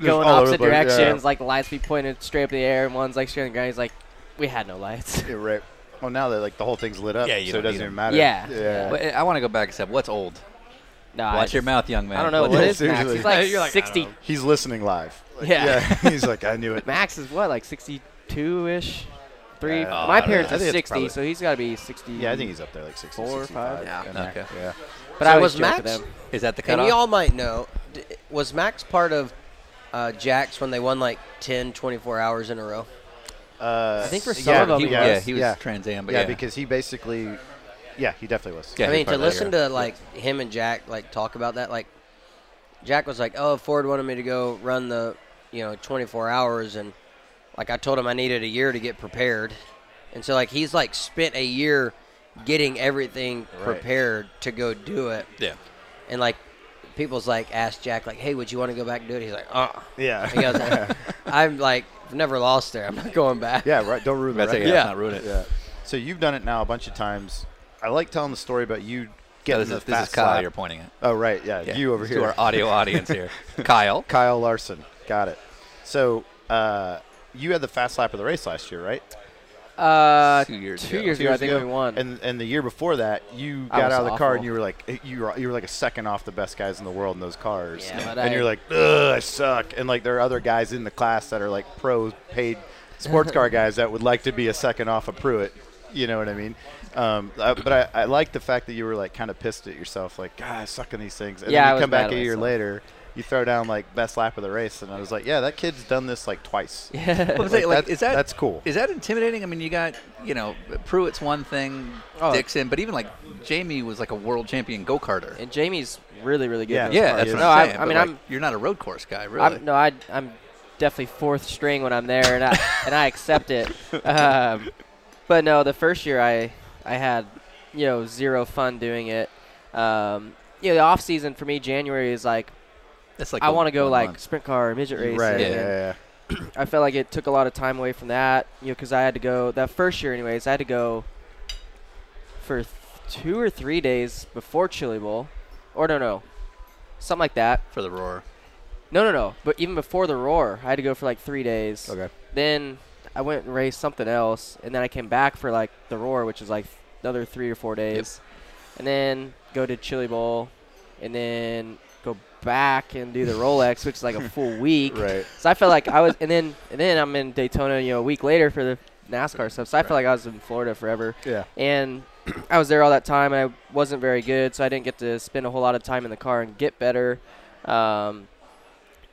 H: going
A: all over the
H: opposite
A: place, yeah.
H: directions, like the lights be pointed straight up in the air, and one's like straight on the ground. He's like, we had no lights.
A: Yeah, right. Well, now that like the whole thing's lit up,
F: Yeah, you
A: so it
F: don't need
A: doesn't even
F: 'em.
A: matter.
H: Yeah.
A: yeah.
F: But eh, I want to go back a step. What's old?
H: no, I,
F: Watch your
H: just-
F: mouth, young man.
H: I don't know
F: What's
H: what
A: Yeah,
H: is Max.
A: seriously.
H: He's like,
F: You're like, I don't
H: sixty.
F: know.
A: He's listening live. Like,
H: Yeah.
A: He's like, I knew it.
H: Max is what, like 62 ish? Three?
A: Uh,
F: I
H: My
F: don't
H: parents
A: know. I
H: are
A: think it's
H: 60,
A: probably-
H: so he's got to be 60.
A: Yeah, I think he's up there like 60,
H: Four or
A: 65.
H: five?
A: in there.
F: Okay.
A: Yeah.
H: But
B: So
H: I always
B: was
H: joke with
B: Max?
H: him.
F: Is that the
B: And
F: cutoff?
B: y'all might know, d- was Max part of uh, Jack's when they won like 10, 24 hours in a row?
A: Uh,
H: I think for
A: yeah,
H: some of them,
A: he
H: he
A: was.
F: yeah, he was
A: yeah.
F: Trans Am, but
A: yeah,
F: yeah.
A: because he basically, yeah, he definitely was.
F: Yeah,
B: I
F: he
B: mean, to
F: probably-
B: listen to like him and Jack like talk about that, like Jack was like, "Oh, Ford wanted me to go run the, you know, 24 hours," and like I told him I needed a year to get prepared, and so like he's like spent a year getting everything prepared to go do it,
F: yeah.
B: and like people's like asked Jack like, "Hey, would you want to go back and do it?" He's like, "Uh." uh
A: Yeah.
B: He goes, "I'm like I've never lost there. I'm not going back."
A: yeah. Right. Don't ruin the
F: That's
A: record.
F: it. Yeah. let's Not ruin it.
A: Yeah. So you've done it now a bunch of times. I like telling the story about you
F: No,
A: getting
F: Oh, this
A: the
F: is, this is
A: fast
F: Kyle
A: lap.
F: you're pointing at.
A: Oh right. Yeah.
F: Yeah.
A: You over
F: to
A: here.
F: our audio audience here. Kyle.
A: Kyle Larson. Got it. So uh, you had the fast lap of the race last year, right?
H: Uh,
F: Two
H: two
F: years
H: years,
F: ago.
A: Two
H: ago, I
A: years
H: think
A: ago.
H: we won.
A: And and the year before that, you
H: I
A: got
H: was
A: out of the car
H: awful.
A: and you were like, eh, you were you were like a second off the best guys in the world in those cars.
B: Yeah,
A: and
B: but I-
A: you're like, ugh, I suck. And like there are other guys in the class that are like pro paid sports car guys that would like to be a second off of Pruitt. You know what I mean? Um, I- but I, I like the fact that you were like kind of pissed at yourself, like, God, I suck in these things. And
H: Yeah, I
A: then you
H: was
A: come back
H: mad
A: a
H: at
A: year
H: myself.
A: later, you throw down like best lap of the race, and I was like, yeah, that kid's done this like twice.
F: What was it, like,
A: that's-
F: is that
A: that's cool.
F: Is that intimidating? I mean, you got you know Pruitt's one thing,
H: Oh.
F: Dixon, but even like Jamie was like a world champion go karter.
H: and Jamie's really, really good.
A: Yeah.
H: in those
F: Yeah,
H: cars.
F: that's what
H: no,
F: I'm
H: I,
F: saying.
H: I mean,
F: but, like,
H: I'm,
F: you're not a road course guy, really.
H: I'm no, I, I'm definitely fourth string when I'm there, and I and I accept it. Um, but no, the first year I I had you know zero fun doing it. Um, you know, the off season for me, January is like
F: That's like
H: I
F: the
H: want to go
F: one
H: like
F: month.
H: sprint car or midget race.
A: Right.
H: and-
A: yeah, yeah, yeah.
H: I felt like it took a lot of time away from that, you know, because I had to go that first year, anyways. I had to go for th- two or three days before Chili Bowl, or no, no, something like that.
F: for the roar.
H: No, no, no. But even before the roar, I had to go for like three days.
D: Okay.
H: Then I went and raced something else, and then I came back for like the roar, which is like another three or four days, and then go to Chili Bowl, and then go back and do the Rolex, which is like a full week.
A: Right.
H: So I felt like I was, and then and then I'm in Daytona, you know, a week later for the NASCAR stuff. So I felt like I was in Florida forever.
A: Yeah.
H: And I was there all that time, and I wasn't very good, so I didn't get to spend a whole lot of time in the car and get better. Um,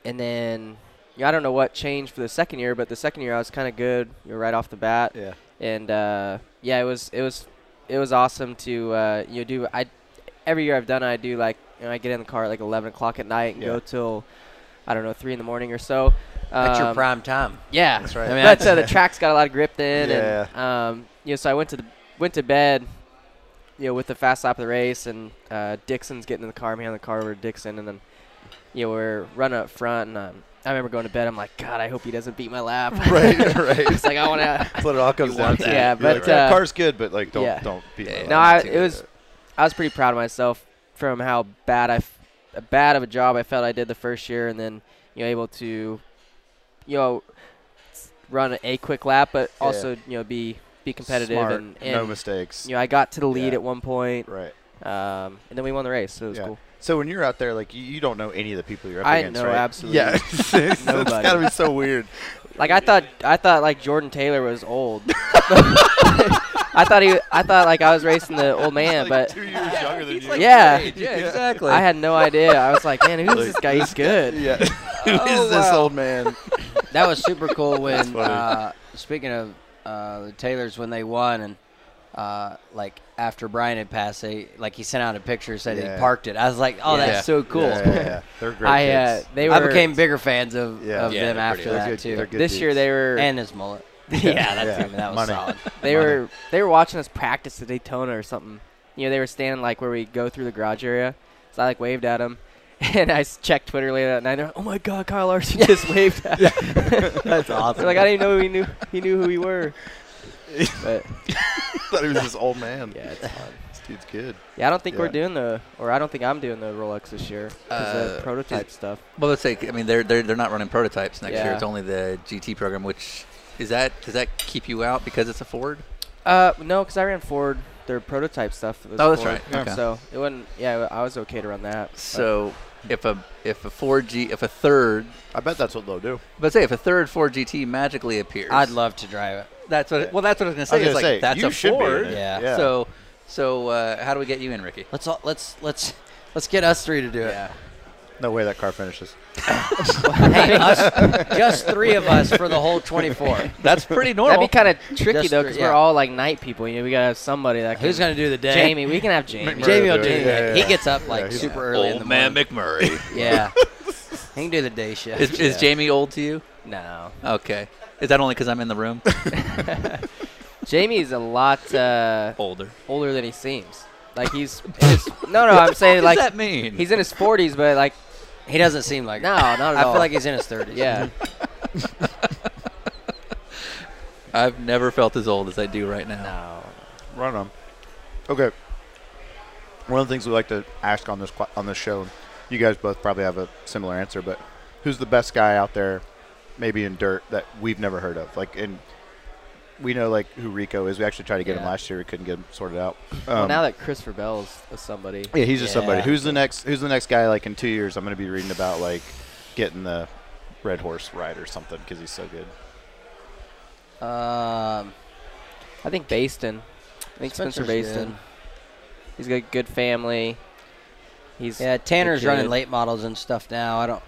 H: and then you know, I don't know what changed for the second year, but the second year I was kind of good, you know, right off the bat.
A: Yeah.
H: And uh, yeah, it was it was it was awesome to uh, you know do I every year I've done it, I do like you know I get in the car at like 11 o'clock at night and
A: Yeah.
H: go till I don't know three in the morning or so.
B: That's your
H: Um,
B: prime time.
H: yeah,
A: That's right.
H: I mean, that's uh, the track's got a lot of grip then,
A: Yeah.
H: and um, you know, so I went to the went to bed, you know, with the fast lap of the race, and uh, Dixon's getting in the car, me on the car over to Dixon, and then you know we're running up front, and um, I remember going to bed, I'm like, God, I hope he doesn't beat my lap.
A: right, right.
H: it's like I want to.
A: That's what it all comes down
H: want
A: to.
H: that. Yeah,
A: You're
H: but,
A: like, the
H: uh,
A: car's good, but like don't
H: yeah.
A: don't beat my
F: Yeah.
A: leg.
H: No, I,
F: too
H: it was, I was pretty proud of myself from how bad I, f- bad of a job I felt I did the first year, and then you know able to, you know, s- run a quick lap, but
A: Yeah.
H: also you know be be competitive
A: Smart,
H: and, and
A: no mistakes.
H: you know I got to the lead
A: Yeah.
H: at one point,
A: Right.
H: um, and then we won the race, so it was
A: Yeah.
H: cool.
A: So when you're out there, like you, you don't know any of the people you're up
H: I
A: against,
H: know
A: right?
H: absolutely
A: Yeah, it's
H: nobody.
A: gotta be so weird.
H: Like I thought, I thought like Jordan Taylor was old. I thought he, I thought like I was racing the old man, but
A: two years younger than you.
H: yeah,
F: yeah, exactly.
H: I had no idea. I was like, man, who's this guy? He's good.
A: yeah. Who is
B: Oh,
A: this
B: wow.
A: old man?
B: That was super cool when
A: funny.
B: uh, speaking of uh, the Taylors when they won and uh, like after Brian had passed, they like he sent out a picture said
A: Yeah.
B: he parked it. I was like, oh,
A: Yeah.
B: that's so cool.
A: Yeah, yeah, yeah. They're great.
H: I uh,
A: kids.
H: they were
B: I became bigger fans of,
A: Yeah.
B: of
F: Yeah,
B: them
F: they're
B: after
F: pretty-
A: they're
B: that
A: good-
B: too.
A: they're good
H: this year
A: dudes.
H: they were
B: and his mullet. yeah, that's
A: Yeah.
B: I mean, that was
A: Money.
B: solid.
H: they were they were watching us practice at Daytona or something. You know, they were standing like where we go through the garage area. So I like waved at them, and I s- checked Twitter later that night. They're like, "Oh my God, Kyle Larson just waved at." Yeah.
B: That's awesome.
H: They're like, "I didn't know he knew he knew who we were." But
A: thought he was this old man.
H: yeah, it's fun.
A: This dude's good.
H: Yeah, I don't think we're
A: Yeah.
H: doing the, or I don't think I'm doing the Rolex this year 'cause
F: Uh,
H: the prototype stuff.
F: Well, let's say I mean they're they're they're not running prototypes next year.
H: Yeah.
F: It's only the GT program, which is that does that keep you out because it's a Ford?
H: Uh, no, because I ran Ford their prototype stuff. that was
F: Oh, that's
H: Ford.
F: right. Okay.
H: So it wasn't. Yeah, I was okay to run that. but-
F: So if a if a Ford G if a third
A: I bet that's what they'll do.
F: but say if a third Ford GT magically appears,
B: I'd love to drive it.
F: that's what well that's what I was gonna
A: I
F: say.
A: was gonna
F: It's like,
A: say
F: that's
A: you
F: a
A: should
F: Ford.
A: Be in it.
B: Yeah.
A: yeah.
F: So so uh, how do we get you in, Ricky?
B: Let's all, let's let's let's get us three to do it.
A: no way that car finishes.
B: Hey, us, just three of us for the whole 24.
F: That's pretty
H: That'd
F: normal.
H: be kind of tricky
B: Just
H: though,
B: three,
H: because
B: yeah.
H: we're all like night people. You know, we gotta have somebody that.
B: Who's
H: can-
B: gonna do the day?
H: Jamie? We can have Jamie.
A: McMurray
B: Jamie will
A: will
B: do
A: do it.
B: it.
A: Yeah, yeah,
B: He
A: yeah.
B: gets up like
A: Yeah, he's
B: super early in the morning.
F: McMurray.
B: Yeah. he can do the day shift.
F: is, is Jamie old to you?
B: No.
F: Okay. Is that only because I'm in the room?
H: Jamie's a lot uh,
F: Older.
H: older than he seems. Like he's. in his- no, no. I'm saying
F: What does
H: like
F: that mean?
H: he's in his 40s, but like
B: He doesn't seem like
H: no, not at
B: I
H: all.
B: feel like he's in his 30s.
H: yeah.
F: I've never felt as old as I do right now.
B: No.
A: Run them. Okay. One of the things we like to ask on this qu- on this show, you guys both probably have a similar answer, but who's the best guy out there, maybe in dirt that we've never heard of? Like, and we know like who Rico is. We actually tried to get him
H: Yeah.
A: last year. We couldn't get him sorted out. Um,
H: well, now that Christopher Bell's a somebody.
A: yeah, he's just somebody.
B: Yeah.
A: Who's the next? Who's the next guy? Like in two years, I'm going to be reading about like getting the red horse ride or something because he's so good.
B: Um,
H: I think Baston. I think Spencer
B: Spencer's
H: Baston. He's got good family. He's
B: yeah, Tanner's
H: Good
B: running
H: kid.
B: late models and stuff now. I don't.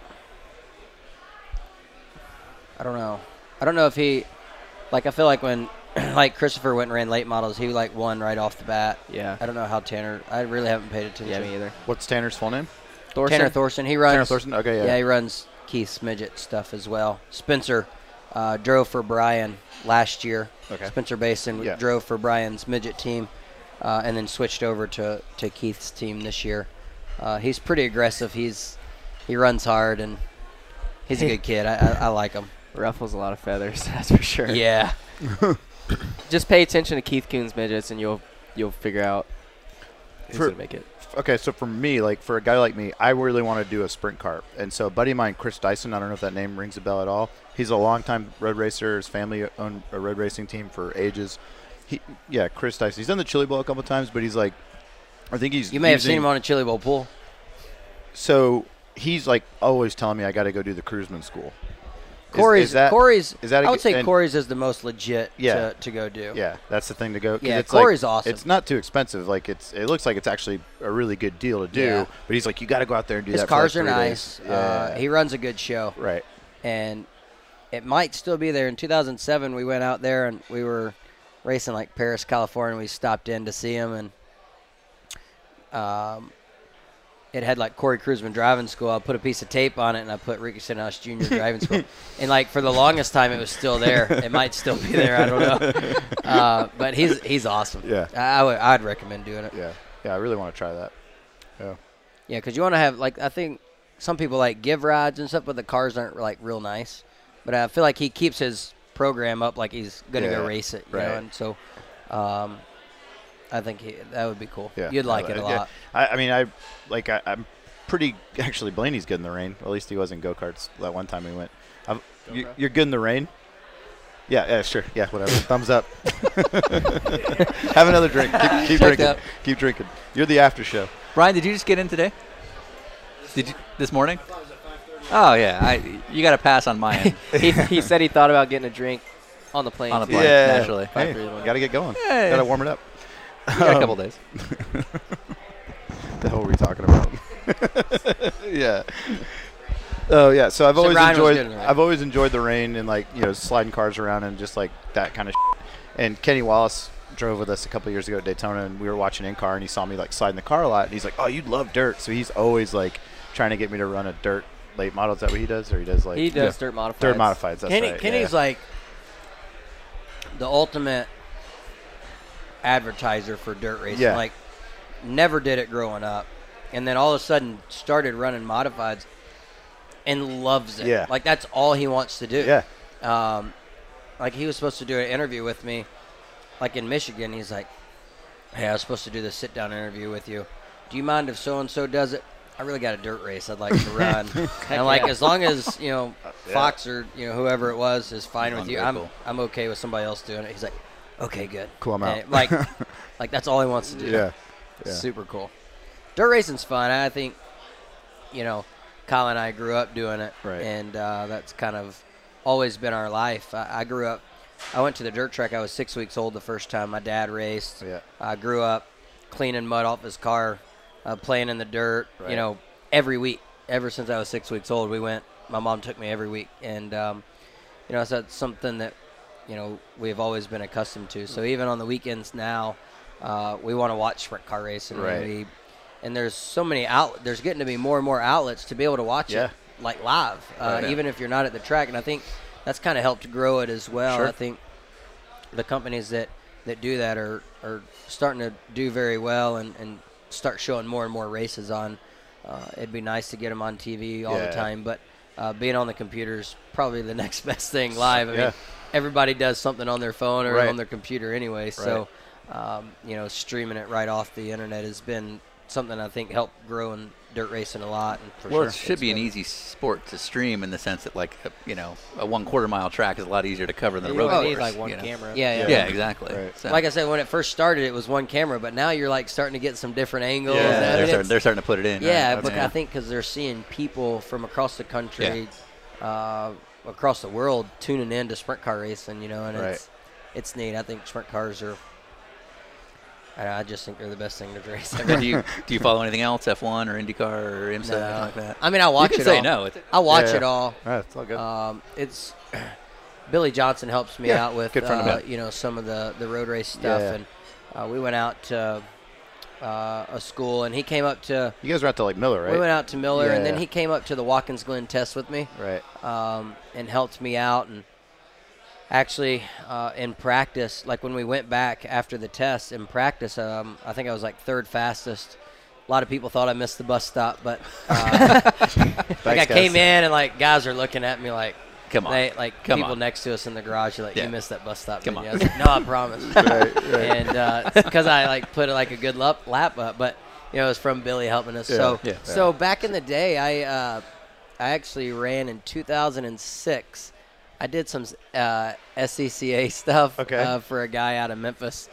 B: I don't know. I don't know if he, like, I feel like when, like, Christopher went and ran late models, he like won right off the bat.
H: yeah.
B: I don't know how Tanner. I really haven't paid attention.
H: Yeah, me either.
A: What's Tanner's full name?
B: Tanner
H: Thorson.
B: Thorson. He runs.
A: Tanner Thorson. Okay,
B: Yeah.
A: yeah.
B: he runs Keith's midget stuff as well. Spencer uh, drove for Brian last year.
A: Okay.
B: Spencer Basin
A: Yeah.
B: drove for Brian's midget team, uh, and then switched over to, to Keith's team this year. Uh, he's pretty aggressive. He's he runs hard and he's a good kid. I, I, I like him.
H: ruffles a lot of feathers, that's for sure.
B: Yeah,
H: Just pay attention to Keith Coon's midgets, and you'll you'll figure out
B: who's
A: For-
B: gonna make it.
A: okay, so for me, like for a guy like me, I really want to do a sprint car. And so, a buddy of mine, Chris Dyson, I don't know if that name rings a bell at all. He's a longtime road racer. His family owned a road racing team for ages. He, yeah, Chris Dyson. He's done the Chili Bowl a couple times, but he's like, I think he's.
H: You may have
A: using-
H: seen him on a chili bowl pool.
A: So he's like always telling me I got to go do the cruiseman school. Is-
H: Corey's
A: is that-
H: Corey's.
A: is that a
H: I would
A: g-
H: say
A: and-
H: Corey's is the most legit
A: Yeah.
H: to, to go do.
A: Yeah, that's the thing to go. 'cause
H: Yeah,
A: it's like-
H: Corey's awesome.
A: It's not too expensive. Like it's, it looks like it's actually a really good deal to do.
H: Yeah.
A: But he's like, you got to go out there and do
H: His
A: that. for, like,
H: cars are
A: three
H: nice.
A: days." Yeah.
H: Uh, he runs a good show,
A: right.
H: and it might still be there. In 2007, we went out there and we were racing like Paris, California. We stopped in to see him, and um, it had like Corey Cruzman driving school. I put a piece of tape on it, and I put Ricky Stenhouse Jr. driving school. And like for the longest time, it was still there. It might still be there. I don't know. Uh, but he's he's awesome.
A: Yeah.
H: I, I would I'd recommend doing it.
A: Yeah. Yeah, I really want to try that.
H: Yeah, because you want to have like I think some people like give rides and stuff, but the cars aren't like real nice. But I feel like he keeps his program up like he's gonna
A: Yeah,
H: go race it, you know.
A: right.
H: And so, um, I think he, that would be cool.
A: Yeah.
H: You'd like
A: Uh,
H: it a
A: yeah.
H: lot.
A: I, I mean, I like I, I'm pretty actually. Blaney's good in the rain. At least he was in go karts that one time we went. I've, you, you're good in the rain. Yeah, yeah, sure. Yeah, whatever. Thumbs up. Have another drink. Keep, keep drinking.
H: up.
A: Keep drinking. You're the after show.
F: Brian, did you just get in today? Did you this morning? Oh yeah, I, you got a pass on my end
B: he, he said he thought about getting a drink on the plane.
F: on a
B: too.
F: plane
A: Yeah.
F: naturally.
A: Hey, gotta get going.
F: Yeah.
A: Gotta warm it up.
F: You got a couple days.
A: The hell were we talking about? yeah. Oh yeah. So I've
H: So
A: always
H: Ryan was
A: enjoyed.
H: good in the rain.
A: I've always enjoyed the rain and like you know sliding cars around and just like that kind of. Shit. And Kenny Wallace drove with us a couple years ago at Daytona, and we were watching in car, and he saw me like sliding the car a lot, and he's like, "Oh, you love dirt," so he's always like trying to get me to run a dirt late model. Is that what he does, or he does like
B: He does dirt modified.
A: dirt modifieds? That's
H: Kenny
A: right.
H: Kenny's
A: yeah.
H: like the ultimate advertiser for dirt racing.
A: Yeah.
H: Like never did it growing up, and then all of a sudden started running modifieds and loves it.
A: Yeah.
H: Like that's all he wants to do.
A: yeah.
H: um, like he was supposed to do an interview with me, like in Michigan. He's like, "Hey, I was supposed to do this sit-down interview with you. Do you mind if so and so does it? I really got a dirt race I'd like to run." and like, as long as you know Fox or you know whoever it was is fine with
F: Sounds
H: you,
F: very
H: I'm
F: cool.
H: I'm okay with somebody else doing it. He's like, "Okay, good,
A: Cool, I'm
H: And
A: out.
H: like, like that's all he wants to do.
A: Yeah. Yeah.
H: super cool. Dirt racing's fun. I think, you know, Kyle and I grew up doing it,
A: Right.
H: and uh, that's kind of always been our life. I, I grew up. I went to the dirt track. I was six weeks old the first time my dad raced.
A: Yeah.
H: I grew up cleaning mud off his car, uh, playing in the dirt.
A: Right.
H: You know, every week, ever since I was six weeks old, we went. My mom took me every week, and um, you know, so that's something that you know we've always been accustomed to. So even on the weekends now, uh, we want to watch sprint car racing. and
A: Right.
H: we- and there's so many out. There's getting to be more and more outlets to be able to watch
A: Yeah.
H: it like live, uh, even if you're not at the track. And I think that's kind of helped grow it as well. I think the companies that that do that are are starting to do very well and and start showing more and more races on. Uh, it'd be nice to get them on TV all
A: Yeah.
H: the time, but uh, being on the computer is probably the next best thing live. I
A: Yeah.
H: mean, everybody does something on their phone or
A: Right.
H: on their computer anyway. So, um, you know, streaming it right off the internet has been something I think helped grow in dirt racing a lot. And for
F: well,
H: sure.
F: it should be an easy sport to stream in the sense that, like, a, you know, a one quarter mile track is a lot easier to cover than a
B: You
F: road
B: only
F: course.
B: need like one
F: you know?
B: camera.
H: Yeah, yeah.
F: Yeah, exactly.
A: Right.
F: So-
H: Like I said, when it first started, it was one camera, but now you're like starting to get some different angles.
A: Yeah,
H: and I
F: yeah, they're,
H: mean,
F: starting,
H: it's-
F: they're starting to put it in.
H: Yeah,
F: right?
H: but I think because they're seeing people from across the country, uh, across the world, tuning in to sprint car racing. You know, and
A: Right.
H: it's it's neat. I think sprint cars are. I I just think they're the best thing to race.
F: do you do you follow anything else, F1 or IndyCar or IMSA, or anything like that?
H: I mean, I watch
F: you can
H: it
F: say
H: all.
F: no. It's-
H: I watch
A: Yeah.
H: it all.
A: Yeah, it's all good.
H: Um, it's Billy Johnson helps me
A: Yeah,
H: out with
A: good friend of
H: uh,
A: mine.
H: you know some of the the road race stuff,
A: Yeah.
H: and uh, we went out to uh, a school, and he came up to.
A: you guys were out to like Miller, right?
H: We went out to Miller, and then
A: Yeah.
H: he came up to the Watkins Glen test with me
A: Right.
H: um, and helped me out. And actually, uh, in practice, like when we went back after the test in practice, um, I think I was like third fastest. A lot of people thought I missed the bus stop, but uh, like I
A: Thanks, guys.
H: came in and like guys are looking at me like,
F: Come on.
B: They, like
F: Come
B: people
F: on.
B: next to us in the garage, are like
F: Yeah.
B: you missed that bus stop.
F: Come
B: didn't you?" I
F: on.
B: was like, no, I promise.
H: uh,
B: And because I like put like a good lap, lap up, but you know it was from Billy helping us. so
F: yeah.
B: so back in the day, I uh, I actually ran in 2006. I did some uh, SCCA stuff
A: Okay.
B: uh, for a guy out of Memphis,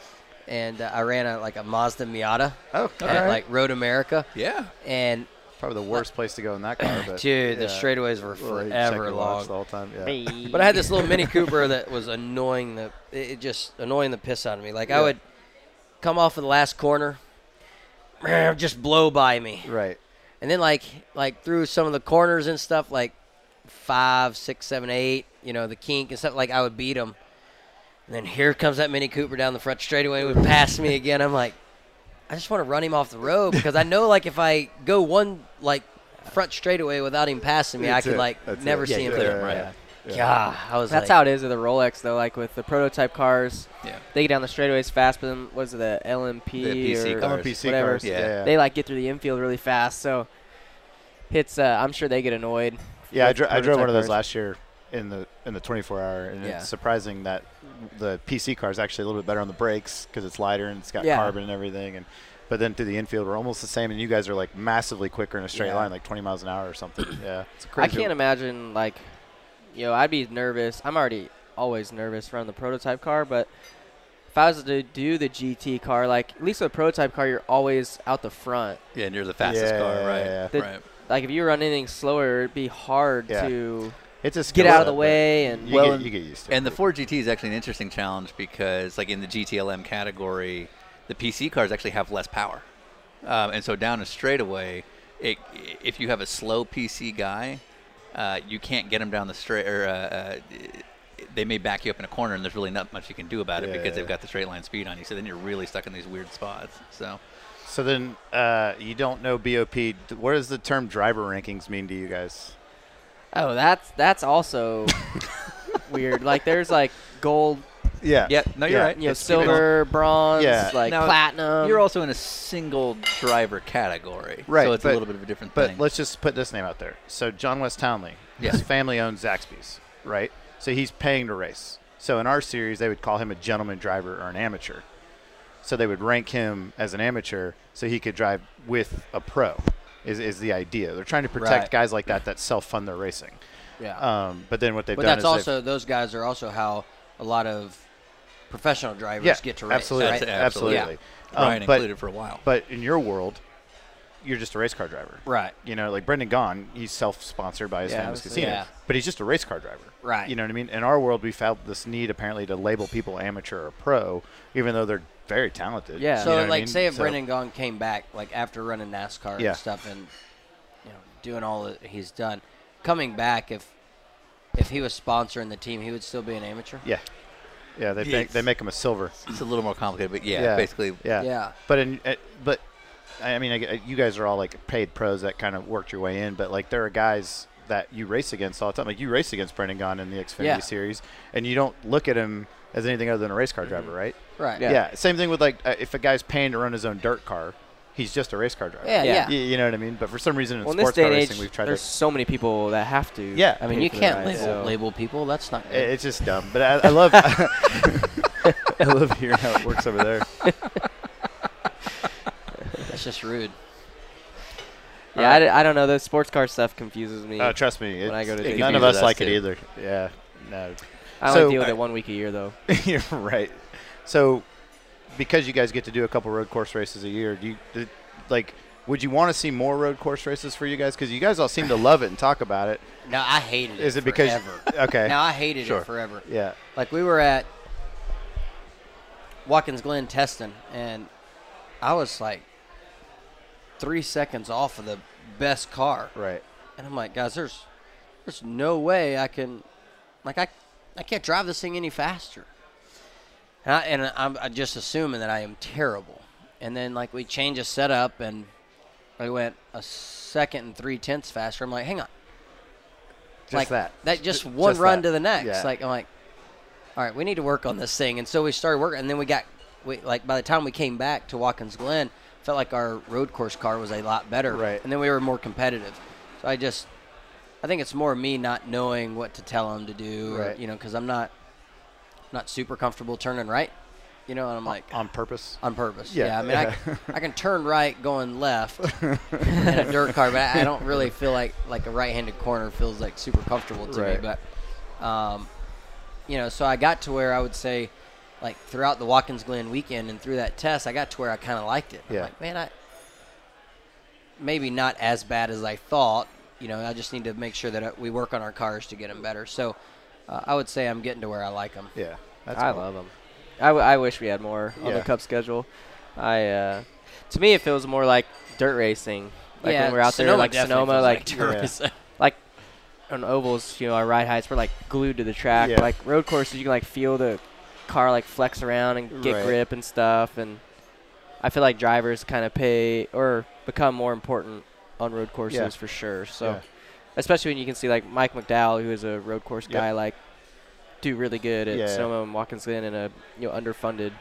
B: and uh, I ran a, like a Mazda Miata
A: Oh,
B: at like Road America,
F: yeah.
B: and
A: probably the worst place to go in that car. But
B: dude, the
A: yeah.
B: straightaways were
A: Well, you check
B: forever
A: your
B: long.
A: watch the whole time. Yeah.
B: But I had this little Mini Cooper that was annoying the it it just annoying the piss out of me. Like I would come off of the last corner, just blow by me,
A: Right.
B: and then like like through some of the corners and stuff, like five, six, seven, eight, you know, the kink and stuff. Like I would beat him, and then here comes that Mini Cooper down the front straightaway and would pass me again. I'm like, I just want to run him off the road because I know like if I go one like front straightaway without him passing me, I
A: That's
B: could
A: it.
B: like
A: That's
B: never
A: it.
B: see
A: Yeah,
B: him
A: yeah,
B: through.
A: yeah, yeah.
B: Yeah, I was
H: That's
B: like,
H: how it is with the Rolex though. Like with the prototype cars,
F: Yeah.
H: they get down the straightaways fast. But then was it the LMP
F: The PC
H: or
F: cars.
A: PC
H: Whatever.
A: cars. Yeah.
F: Yeah.
A: yeah.
H: they like get through the infield really fast. So it's uh, I'm sure they get annoyed.
A: Yeah, I,
H: with
A: dro- I drove
H: prototype
A: one of those
H: cars.
A: last year in the in the 24 hour, and
B: Yeah.
A: it's surprising that the PC car is actually a little bit better on the brakes because it's lighter and it's got
H: Yeah.
A: carbon and everything. And but then through the infield, we're almost the same, and you guys are like massively quicker in a straight
B: Yeah.
A: line, like 20 miles an hour or something. yeah, it's
H: I can't imagine like, yo, I'd be nervous. I'm already always nervous running the prototype car, but if I was to do the GT car, like at least with a prototype car, you're always out the front.
F: Yeah, and you're the fastest car, right?
A: Yeah.
H: The-
F: right.
H: Like if you run anything slower, it'd be hard
A: Yeah.
H: to
A: It's a
H: get
A: skill
H: out of
A: set,
H: the
A: but
H: way and
A: You,
F: Well,
A: get, you get used to. it.
F: And the 4GT is actually an interesting challenge because, like in the GTLM category, the PC cars actually have less power, um, and so down a straightaway, it, if you have a slow PC guy, uh, you can't get him down the straight. Or uh, uh, they may back you up in a corner, and there's really not much you can do about it
A: Yeah,
F: because
A: yeah,
F: they've
A: yeah.
F: got the straight line speed on you. So then you're really stuck in these weird spots. So
A: So then uh, you don't know BOP. D- What does the term driver rankings mean to you guys?
H: oh, that's that's also weird. Like there's like gold,
A: Yeah.
F: yeah, no, you're
A: Yeah.
F: right.
H: you know,
A: It's-
H: silver, bronze,
A: Yeah.
H: like
F: Now,
H: platinum.
F: You're also in a single driver category,
A: Um, Right,
F: So it's
A: but-
F: a little bit of a different
A: But
F: thing.
A: let's just put this name out there. So John West Townley, his
F: Yeah.
A: family owns Zaxby's, right? So he's paying to race. So in our series, they would call him a gentleman driver or an amateur. So they would rank him as an amateur so he could drive with a pro. Is, is the idea they're trying to protect
B: Right.
A: guys like that that self-fund their racing.
B: yeah.
A: Um, but then what they've
B: but
A: done
B: that's
A: is they've-
B: also those guys are also how a lot of professional drivers
A: yeah,
B: get to race.
A: absolutely,
B: right?
A: absolutely.
B: Yeah.
A: Um,
F: Ryan
A: but-
F: included for a while.
A: But in your world, you're just a race car driver.
B: Right.
A: You know, like Brendan Gaughan, he's self-sponsored by his
H: Yeah,
A: family's
H: obviously.
A: casino,
B: Yeah.
A: but he's just a race car driver.
B: Right.
A: You know what I mean? In our world, we felt this need apparently to label people amateur or pro, even though they're very talented.
H: Yeah.
B: So
A: You know what I
B: like,
A: mean?
B: say if
A: So-
B: Brendan Gong came back, like after running NASCAR
A: Yeah.
B: and stuff, and you know, doing all that he's done, coming back if if he was sponsoring the team, he would still be an amateur.
A: Yeah. Yeah, they make,
F: Yes.
A: they make him a silver.
F: it's a little more complicated, but yeah,
A: Yeah.
F: basically,
A: Yeah.
B: Yeah.
A: But in uh, but I I mean, I, I- you guys are all like paid pros that kind of worked your way in, but like there are guys that you race against all the time. Like you race against Brendan Gaughan in the Xfinity
B: Yeah.
A: series, and you don't look at him as anything other than a race car driver,
H: Mm-hmm.
A: right?
B: Right.
A: Yeah. Same thing with like uh, if a guy's paying to run his own dirt car, he's just a race car driver.
B: Yeah,
A: Y-
B: yeah.
A: You, know what I mean? But for some reason in
H: well, in this
A: sports
H: day
A: car
H: and age,
A: racing, we've tried
H: there's
A: to.
H: so many people that have to.
A: Yeah.
B: I mean,
H: pay
B: you
H: for the
B: can't
H: ride,
B: label,
H: so-
B: label people. That's not good.
A: It's just dumb, but I, I love I love hearing how it works over there.
B: That's just rude.
H: Yeah, I d- I, don't know. The sports car stuff confuses me.
A: Uh, trust me,
H: When I
A: it's-
H: go to
A: it-
H: Disney
A: none of
F: World,
A: us like
F: that's
A: it
F: it.
A: either. Yeah, no,
H: I only
A: so-
H: deal with it one week a year though.
A: You're right. So, because you guys get to do a couple road course races a year, do you do, like? Would you want to see more road course races for you guys? Because you guys all seem to love it and talk about it.
B: No, I hated it.
A: Is it because?
B: forever.
A: Okay.
B: No, I hated
F: Sure.
B: it forever.
A: yeah.
B: Like we were at Watkins Glen testing, and I was like three seconds off of the best car,
A: Right.
B: and I'm like, guys, there's there's no way I can, like, I I can't drive this thing any faster. And, I, and I'm, I'm just assuming that I am terrible. And then like we change a setup, and I went a second and three tenths faster. I'm like, hang on,
A: Just
B: like
A: that.
B: That just
A: Ju-
B: one run
A: that.
B: to the next.
A: Yeah.
B: Like I'm like, all right, we need to work on this thing. And so we started working, and then we got, we like by the time we came back to Watkins Glen, felt like our road course car was a lot better.
A: Right.
B: And then we were more competitive. So I just I think it's more me not knowing what to tell him to do, or,
A: Right.
B: you know, because I'm not not super comfortable turning right, you know, and I'm like
A: on purpose.
B: on purpose. Yeah,
A: Yeah,
B: I mean, I, c- I can turn right going left in a dirt car, but I, I don't really feel like like a right-handed corner feels like super comfortable to me.
A: Right.
B: But, um, you know, so I got to where I would say, like throughout the Watkins Glen weekend and through that test, I got to where I kind of liked it. I'm
A: Yeah.
B: like, man, I maybe not as bad as I thought. You know, I just need to make sure that uh, we work on our cars to get them better. So, uh, I would say I'm getting to where I like them.
A: Yeah, that's
H: I
A: cool.
H: love them. I, w- I wish we had more on the
A: Yeah.
H: Cup schedule. I uh, to me it feels more like dirt racing. Like when we're out there, like Sonoma, like
A: Yeah.
H: like on ovals, you know, our ride heights, we're like glued to the track.
A: Yeah.
H: Like road courses, you can like feel the car like flex around and get
A: Right.
H: grip and stuff. And I feel like drivers kind of pay or become more important on road courses
A: Yeah.
H: for sure. So
A: Yeah.
H: especially when you can see like Mike McDowell, who is a road course
A: Yep.
H: guy, like do really good at
A: Yeah.
H: Sonoma and Watkins Glen in a you know underfunded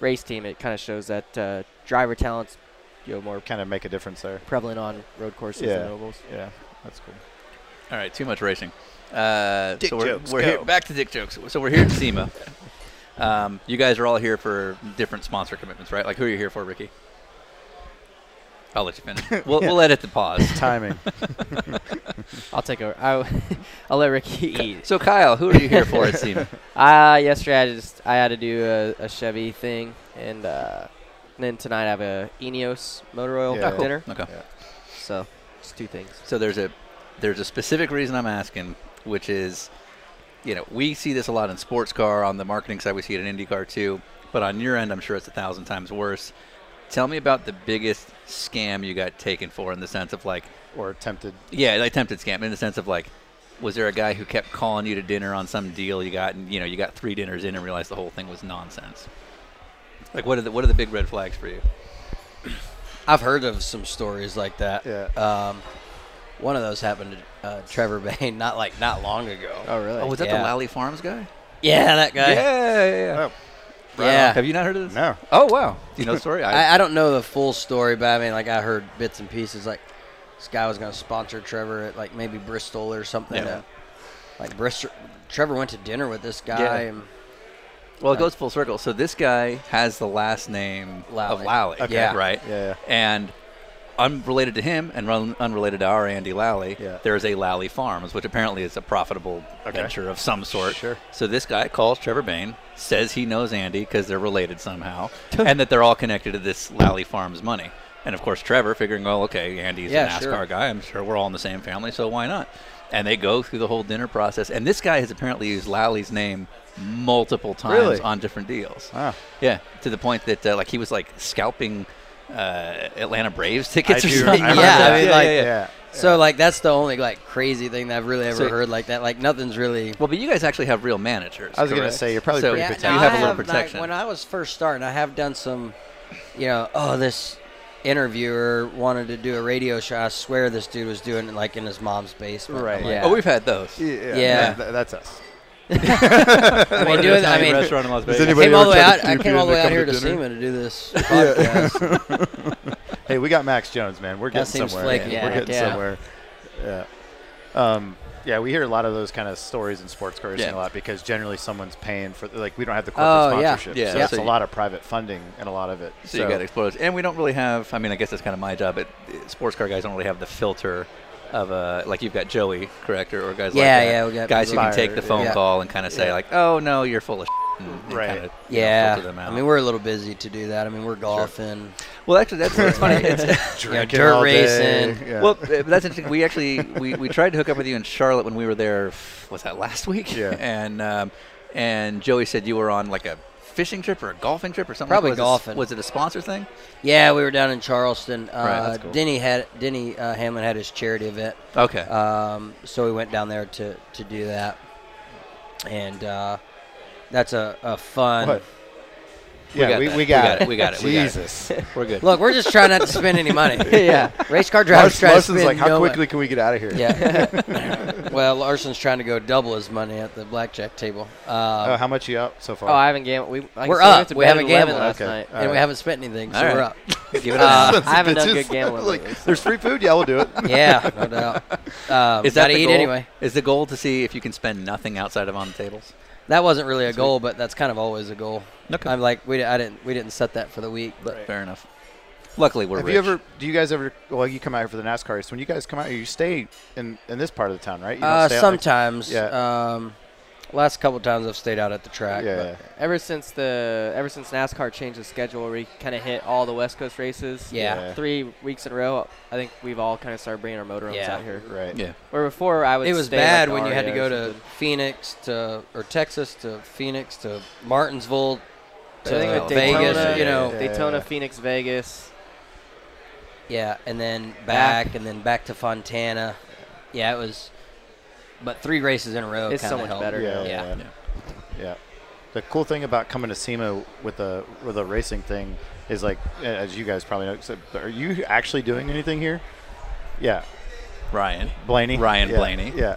H: race team. It kind of shows that uh, driver talents you know more
A: Kind of make a difference there.
H: prevalent on road courses
A: Yeah.
H: than ovals.
A: Yeah, that's cool.
F: All right, too much racing. Uh,
A: Dick
F: so we're,
A: jokes,
F: we're
A: go.
F: here back to dick jokes. So we're here at SEMA. Um, you guys are all here for different sponsor commitments, right? Like, who are you here for, Ricky? I'll let you finish. We'll, we'll edit the pause.
A: Timing.
H: I'll take over. I'll, I'll let Ricky eat.
F: So, Kyle, who are you here for at SEMA?
H: Uh, yesterday I just I had to do a, a Chevy thing, and uh, then tonight I have a Eneos motor oil
A: Yeah. Oh, cool.
H: dinner.
F: Okay.
H: So it's two things.
F: So there's a there's a specific reason I'm asking, which is, you know, we see this a lot in sports car on the marketing side. We see it in IndyCar too, but on your end, I'm sure it's a thousand times worse. Tell me about the biggest scam you got taken for in the sense of like,
A: or attempted.
F: yeah, like tempted scam in the sense of like, was there a guy who kept calling you to dinner on some deal you got, and you know, you got three dinners in and realized the whole thing was nonsense? Like, what are the what are the big red flags for you?
B: I've heard of some stories like that.
A: Yeah.
B: Um, one of those happened to uh, Trevor Bain not like not long ago.
H: Oh really?
F: Oh, was that
B: yeah.
F: the Lally Farms guy?
B: Yeah, that guy. Yeah.
F: Uh, yeah, yeah. Have you not heard of this?
A: No.
F: Oh wow. Do you know the story?
B: I, I don't know the full story, but I mean, like I heard bits and pieces. Like this guy was going to sponsor Trevor at like maybe Bristol or something.
F: Yeah.
B: uh, like Bristol, Trevor went to dinner with this guy.
F: Yeah.
B: And,
F: Well, it goes full circle. So this guy has the last name of
B: Lally.
F: Lally,
B: Okay. Yeah.
F: right?
A: Yeah.
F: And unrelated to him and run, unrelated to our Andy Lally,
A: Yeah.
F: there is a Lally Farms, which apparently is a profitable venture of some sort. Sure. So this guy calls Trevor Bain, says he knows Andy because they're related somehow, and that they're all connected to this Lally Farms money. And of course, Trevor figuring, well, okay, Andy's a
B: Yeah,
F: NASCAR
B: sure.
F: guy. I'm sure we're all in the same family, so why not? And they go through the whole dinner process. And this guy has apparently used Lally's name multiple times
A: Really?
F: on different deals.
A: Ah.
F: Yeah, to the point that uh, like he was like scalping uh, Atlanta Braves tickets
A: I
F: or
A: do
F: something.
A: remember
B: Yeah, I
A: that.
B: mean, like-
A: yeah.
B: So like that's the only like crazy thing that I've really ever
F: So-
B: heard like that. Like nothing's really.
F: Well, but you guys actually have real managers.
A: I was gonna
F: correct?
A: say, you're probably
F: so
A: pretty
F: you
A: Yeah,
B: now
A: protected.
F: have
B: I
F: a little
B: like,
F: protection.
B: when I was first starting, I have done some, you know, oh, this interviewer wanted to do a radio show. I swear this dude was doing it like in his mom's basement. I'm
A: Right.
B: Like,
H: Yeah.
F: oh, we've had those.
A: Yeah. yeah,
B: Yeah.
A: th- that's us.
B: I mean, doing, I mean,
F: restaurant in Las
A: Does
F: Vegas.
A: anybody-
B: I came all the
A: ever tried
B: way out.
A: to
B: I
A: dupe
B: came
A: you
B: all the way
A: into
B: out here to
A: coming to dinner?
B: SEMA to do this podcast.
A: Hey, we got Max Jones, man. We're
B: That
A: getting
B: seems
A: somewhere.
B: flaky.
A: We're
H: Yeah.
A: getting
H: Yeah.
A: somewhere. Yeah. Um, yeah, we hear a lot of those kind of stories in sports car racing
F: Yeah.
A: a lot because generally someone's paying for like we don't have the
B: Oh,
A: corporate
B: yeah.
A: sponsorship,
F: Yeah,
A: so
F: yeah.
A: it's
F: So
A: a
F: you-
A: lot of private funding and a lot of it.
F: So, you got to explore those. And we don't really have. I mean, I guess that's kind of my job. But uh, sports car guys don't really have the filter of a like you've got Joey, correct, or, or guys
B: Yeah,
F: like that.
B: yeah, we got
F: guys who can
A: Fire,
F: take the phone
B: yeah.
F: call and kind of say like, oh no, you're full of. Shit, and, and
A: Right.
F: Kind of,
B: yeah,
F: filter them out.
B: I mean, we're a little busy to do that. I mean, we're golfing,
F: well, actually, that's, that's funny. It's,
B: you know, dirt racing.
A: Yeah.
F: Well, uh, but that's interesting. We actually we, we tried to hook up with you in Charlotte when we were there. f- Was that last week?
A: Yeah.
F: And um, and Joey said you were on like a fishing trip or a golfing trip or something.
B: Probably
F: was
B: golfing.
F: It, was it a sponsor thing?
B: Yeah, we were down in Charleston. Uh,
F: that's cool.
B: Denny had Denny uh, Hamlin had his charity event,
F: Okay.
B: um, so we went down there to to do that, and uh, that's a, a fun.
A: What? yeah,
F: got
A: we,
F: that.
A: we got it.
F: We got it. We got it.
A: Jesus.
F: We're good.
B: Look, we're just trying not to spend any money.
H: yeah.
B: Race car drivers
A: Lars-
B: try to
A: Larson's
B: spend
A: like, how
B: no money."
A: quickly can we get out of here?
B: Yeah. well, Larson's trying to go double his money at the blackjack table,
A: Oh,
B: uh,
A: how much you up so far?
H: Oh, I haven't gambled. We, like I
B: We're
H: said,
B: up.
H: went to
B: We
H: bed
B: haven't
H: at 11
B: gambled.
H: last
A: Okay.
H: night.
A: All
B: and we
A: right.
B: haven't spent anything, so
F: All
B: we're
F: right.
B: up. Uh,
H: I haven't done
A: Bitches.
H: good gambling
A: Like,
H: lately, so.
A: There's free food. Yeah, we'll do it.
B: yeah, no doubt. Um,
F: Is that
B: gotta
F: the
B: eat
F: goal?
B: anyway.
F: Is the goal to see if you can spend nothing outside of on the tables?
B: That wasn't really a goal, but that's kind of always a goal.
F: Okay.
B: I'm like, we di- I didn't we didn't set that for the week, but
F: Fair enough. Luckily, we're
A: Have
F: rich.
A: you ever? Do you guys ever? Well, you come out here for the NASCAR race. When you guys come out here, you stay in in this part of the town, right? You don't
B: uh,
A: stay out-
B: sometimes.
A: Yeah.
B: Um, last couple times I've stayed out at the track.
A: yeah,
B: but-
A: yeah.
H: Ever since the ever since NASCAR changed the schedule, where we kind of hit all the West Coast races,
B: Yeah.
A: Yeah.
H: three weeks in a row, I think we've all kind of started bringing our motorhomes
B: Yeah.
H: out here.
A: Right.
F: Yeah.
H: Where before I would
B: It was
H: stay, like,
B: bad
H: the
B: when you had to
H: REO
B: go
H: or
B: to
H: something.
B: Phoenix to or Texas to Phoenix to Martinsville to
H: I think
F: uh,
H: with Daytona,
B: Vegas, you know,
A: yeah.
H: Daytona, Phoenix, Vegas.
B: yeah, and then back and then back to Fontana. Yeah, it was but three races in a row
H: It's so
B: kinda
H: much
B: helped.
H: better.
A: Yeah,
B: Yeah.
A: yeah, yeah. The cool thing about coming to SEMA with the with the racing thing is like, uh, as you guys probably know, so are you actually doing anything here? Yeah,
F: Ryan.
A: Blaney.
F: Ryan
A: Yeah,
F: Blaney.
A: Yeah,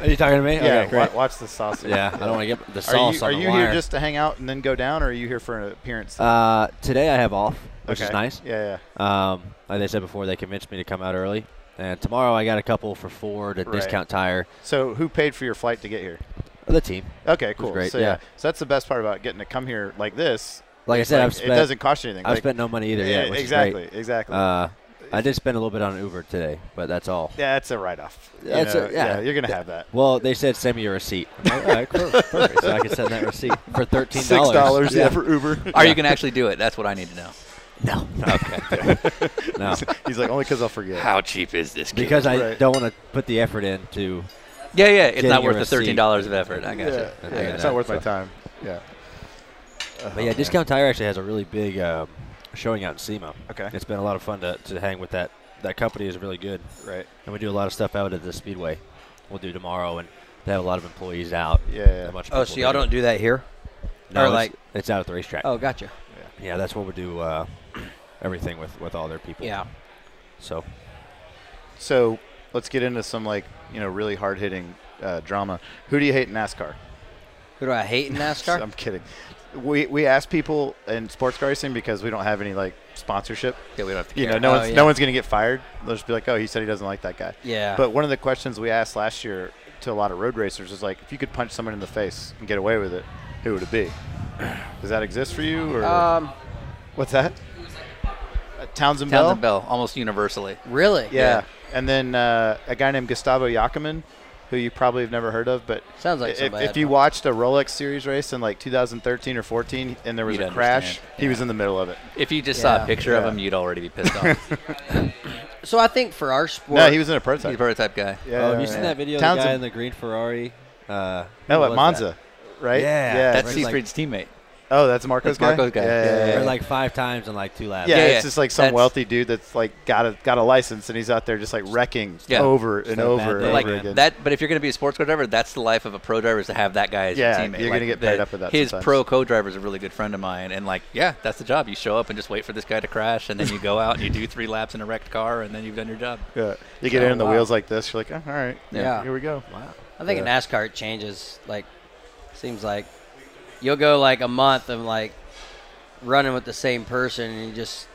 D: Are you talking to me?
A: yeah.
D: Okay, great.
A: wa- watch the sausage.
D: Yeah, I don't want to get the
A: Are
D: sauce
A: you, are
D: on the
A: you
D: wire.
A: here just to hang out and then go down, or are you here for an appearance?
D: uh, today I have off, which
A: Okay.
D: is nice.
A: Yeah,
D: Um, like they said before, they convinced me to come out early, and tomorrow I got a couple for Ford at
A: Right.
D: Discount Tire.
A: yeah. So, who paid for your flight to get here?
D: The team,
A: Okay, cool.
D: great,
A: So yeah.
D: yeah.
A: so that's the best part about getting to come here like this.
D: like I
A: It's
D: said,
A: like,
D: I've spent
A: it doesn't cost you anything.
D: I've
A: like,
D: spent no money either
A: Yeah,
D: yet, which
A: exactly,
D: is
A: exactly.
D: great. Uh, I did spend a little bit on Uber today, but that's all.
A: yeah, it's a write-off. you
D: That's a-
A: know?
D: yeah.
A: you're gonna have that.
D: Well, they said send me your receipt. I'm like, all right, cool, perfect. So I can send that receipt for thirteen
A: Six dollars, yeah. for Uber.
F: Are you going to actually do it? That's what I need to know.
D: No, okay, no,
A: He's like, only because I'll forget.
F: How cheap is this? Kid?
D: because I
A: Right.
D: don't want to put the effort in to.
F: yeah, yeah, it's not
D: Getting a
F: worth the thirteen dollars of effort. I
A: Yeah,
F: got
A: yeah,
F: you.
D: I got
A: it's not
D: that,
A: worth my
D: so.
A: time. Yeah. Uh-huh.
D: But yeah, Discount Tire actually has a really big um, showing out in SEMA.
A: Okay.
D: It's been a lot of fun to, to hang with that. That company is really good.
A: Right.
D: And we do a lot of stuff out at the Speedway. We'll do tomorrow, and they have a lot of employees out.
A: Yeah, yeah.
D: A bunch of
B: Oh,
D: people
B: so y'all
D: there.
B: don't do that here?
D: No,
B: or
D: it's,
B: like-
D: it's out at the racetrack.
B: Oh, gotcha.
D: Yeah, that's where we do uh, everything with, with all their people.
B: Yeah.
D: So
A: So let's get into some like you know really hard hitting uh, drama. Who do you hate in NASCAR?
B: Who do I hate in NASCAR?
A: I'm kidding. We we ask people in sports car racing because we don't have any like sponsorship.
F: Yeah, we don't have to.
A: You know,
F: care.
A: no
B: Oh,
A: one's
B: yeah.
A: no one's gonna get fired. They'll just be like, oh, he said he doesn't like that guy.
B: yeah.
A: But one of the questions we asked last year to a lot of road racers is like, if you could punch someone in the face and get away with it, who would it be? Does that exist for you, or
B: um,
A: what's that? Uh, Townsend,
F: Townsend
A: Bell.
F: Bell almost universally.
B: really?
A: Yeah. and then uh, a guy named Gustavo Yakiman, who you probably have never heard of, but
B: Sounds like
A: i- if,
B: somebody
A: if
B: I'd
A: you
B: know.
A: watched a Rolex Series race in like 2013 or 14, and there was
F: You'd
A: a crash,
F: understand.
A: he was in the middle of it.
F: If you just saw
B: Yeah.
F: a picture of
A: Yeah.
F: him, you'd already be pissed off.
B: So I think for our sport,
A: no, he was in a
F: He's a
A: prototype.
F: prototype guy.
A: Yeah,
D: oh, have you seen
A: yeah.
D: that video?
A: Townsend.
D: The guy in the green Ferrari. Uh,
A: No,
D: who
A: at
D: was
A: Monza, right?
D: Yeah,
F: That's
D: Right,
F: C
D: like-
F: Street's teammate.
A: Oh, that's Marco's
F: That's Marco's
A: guy.
F: guy.
A: Yeah, yeah,
D: that?
A: yeah.
D: Or like five times in like two laps.
A: Yeah,
F: Yeah, yeah.
A: it's just like some
F: That's-
A: wealthy dude that's like got a got a license and he's out there just like wrecking
F: Yeah.
A: over and
D: a bad
A: over
D: day,
A: and
F: like
A: over again.
F: that. But if you're going to be a sports car driver, that's the life of a pro driver is to have that guy as
A: Yeah,
F: your teammate.
A: you're
F: Like,
A: gonna get
F: the-
A: paired up with that
F: His
A: sometimes.
F: pro co-driver is a really good friend of mine, and like, yeah, that's the job. You show up and just wait for this guy to crash, and then you go out and you do three laps in a wrecked car, and then you've done your job.
A: yeah. You get in
B: Oh,
A: on the
B: wow.
A: wheels like this, you're like, oh, all right,
B: Yeah.
A: here we go.
B: I think in NASCAR it changes. Like, seems like you'll go like a month of like running with the same person, and you just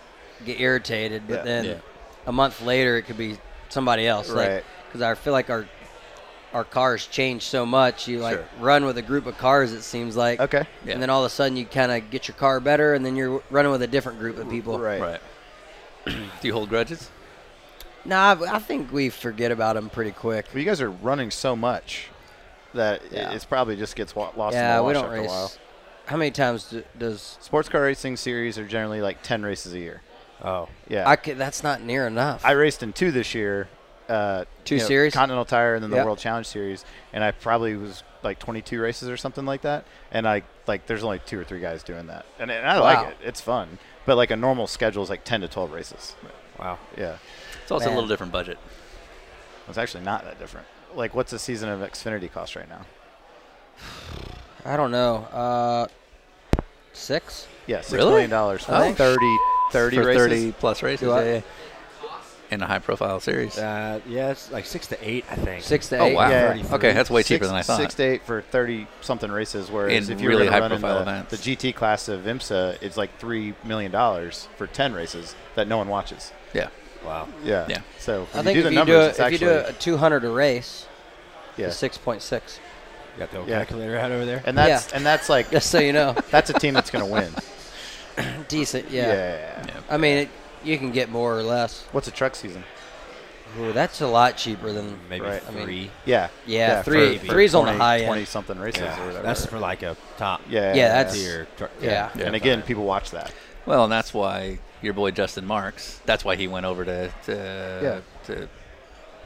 B: get irritated. But
A: Yeah.
B: then
F: Yeah.
B: a month later, it could be somebody else.
A: Right.
B: Because I feel like our our cars change so much. You like run with a group of cars. It seems like
A: Okay.
F: Yeah.
B: And then all of a sudden, you kind of get your car better, and then you're running with a different group of people.
A: Right.
F: Right. do you hold grudges?
B: No, I, I think we forget about them pretty quick.
A: But you guys are running so much that it
B: Yeah.
A: it's probably just gets wa- lost in
B: Yeah,
A: the wash
B: we don't
A: after a while.
B: race. How many times do, does
A: Sports car racing series are generally like 10 races a year.
D: Oh,
A: Yeah.
B: I
A: I,
B: could, that's not near enough.
A: raced in two this year. Uh,
B: Two
A: you know,
B: series?
A: Continental Tire and then the
B: Yep.
A: World Challenge Series, and I probably was like 22 races or something like that. And I like there's only two or three guys doing that, and, and I like
B: Wow.
A: it. It's fun, but like a normal schedule is like 10 to 12 races.
D: wow.
A: Yeah,
F: It's also
B: Man.
F: a little different budget.
A: it's actually not that different. Like, what's a season of Xfinity cost right now?
B: I don't know. Uh, six.
A: Yeah, six
F: Really?
A: million dollars for
F: Oh.
A: 30, 30
F: for
A: races.
F: 30 plus races.
B: Do I-
F: yeah, yeah. In a high profile series.
D: Uh, yeah, it's like six to eight, I think.
B: Six to
F: Oh,
B: eight.
F: wow.
A: Yeah,
F: Okay, that's way
A: six-
F: cheaper than I thought.
A: Six to eight for thirty something races, whereas
F: In
A: if you're
F: really
A: gonna run in
F: high-profile
A: the,
F: events.
A: the GT class of IMSA, it's like three million dollars for ten races that no one watches.
F: yeah.
D: Wow.
A: Yeah,
F: Yeah.
A: So
B: I
A: when
B: think
A: you do
B: if,
A: the
B: you
A: numbers,
B: do a,
A: it's
B: if you
A: actually
B: do a 200 a race,
A: yeah.
B: it's 6.6.
D: Got the old
A: Yeah.
D: calculator out over there.
A: and that's and that's like
B: Just so you know,
A: that's a team that's going to win.
B: decent.
A: yeah.
B: Yeah. I mean, it, you can get more or less.
A: What's a truck season?
B: Ooh, that's a lot cheaper than
D: Maybe
A: Right.
B: I mean-
D: three.
A: Yeah.
B: Yeah, three- three's on the high end.
A: Twenty something races or
D: yeah,
A: whatever.
D: that's for like a top
A: yeah.
B: Yeah, that's-
D: tier. Tr-
B: yeah.
A: And again, people watch that.
F: Well, and that's why your boy Justin Marks, that's why he went over to, to, to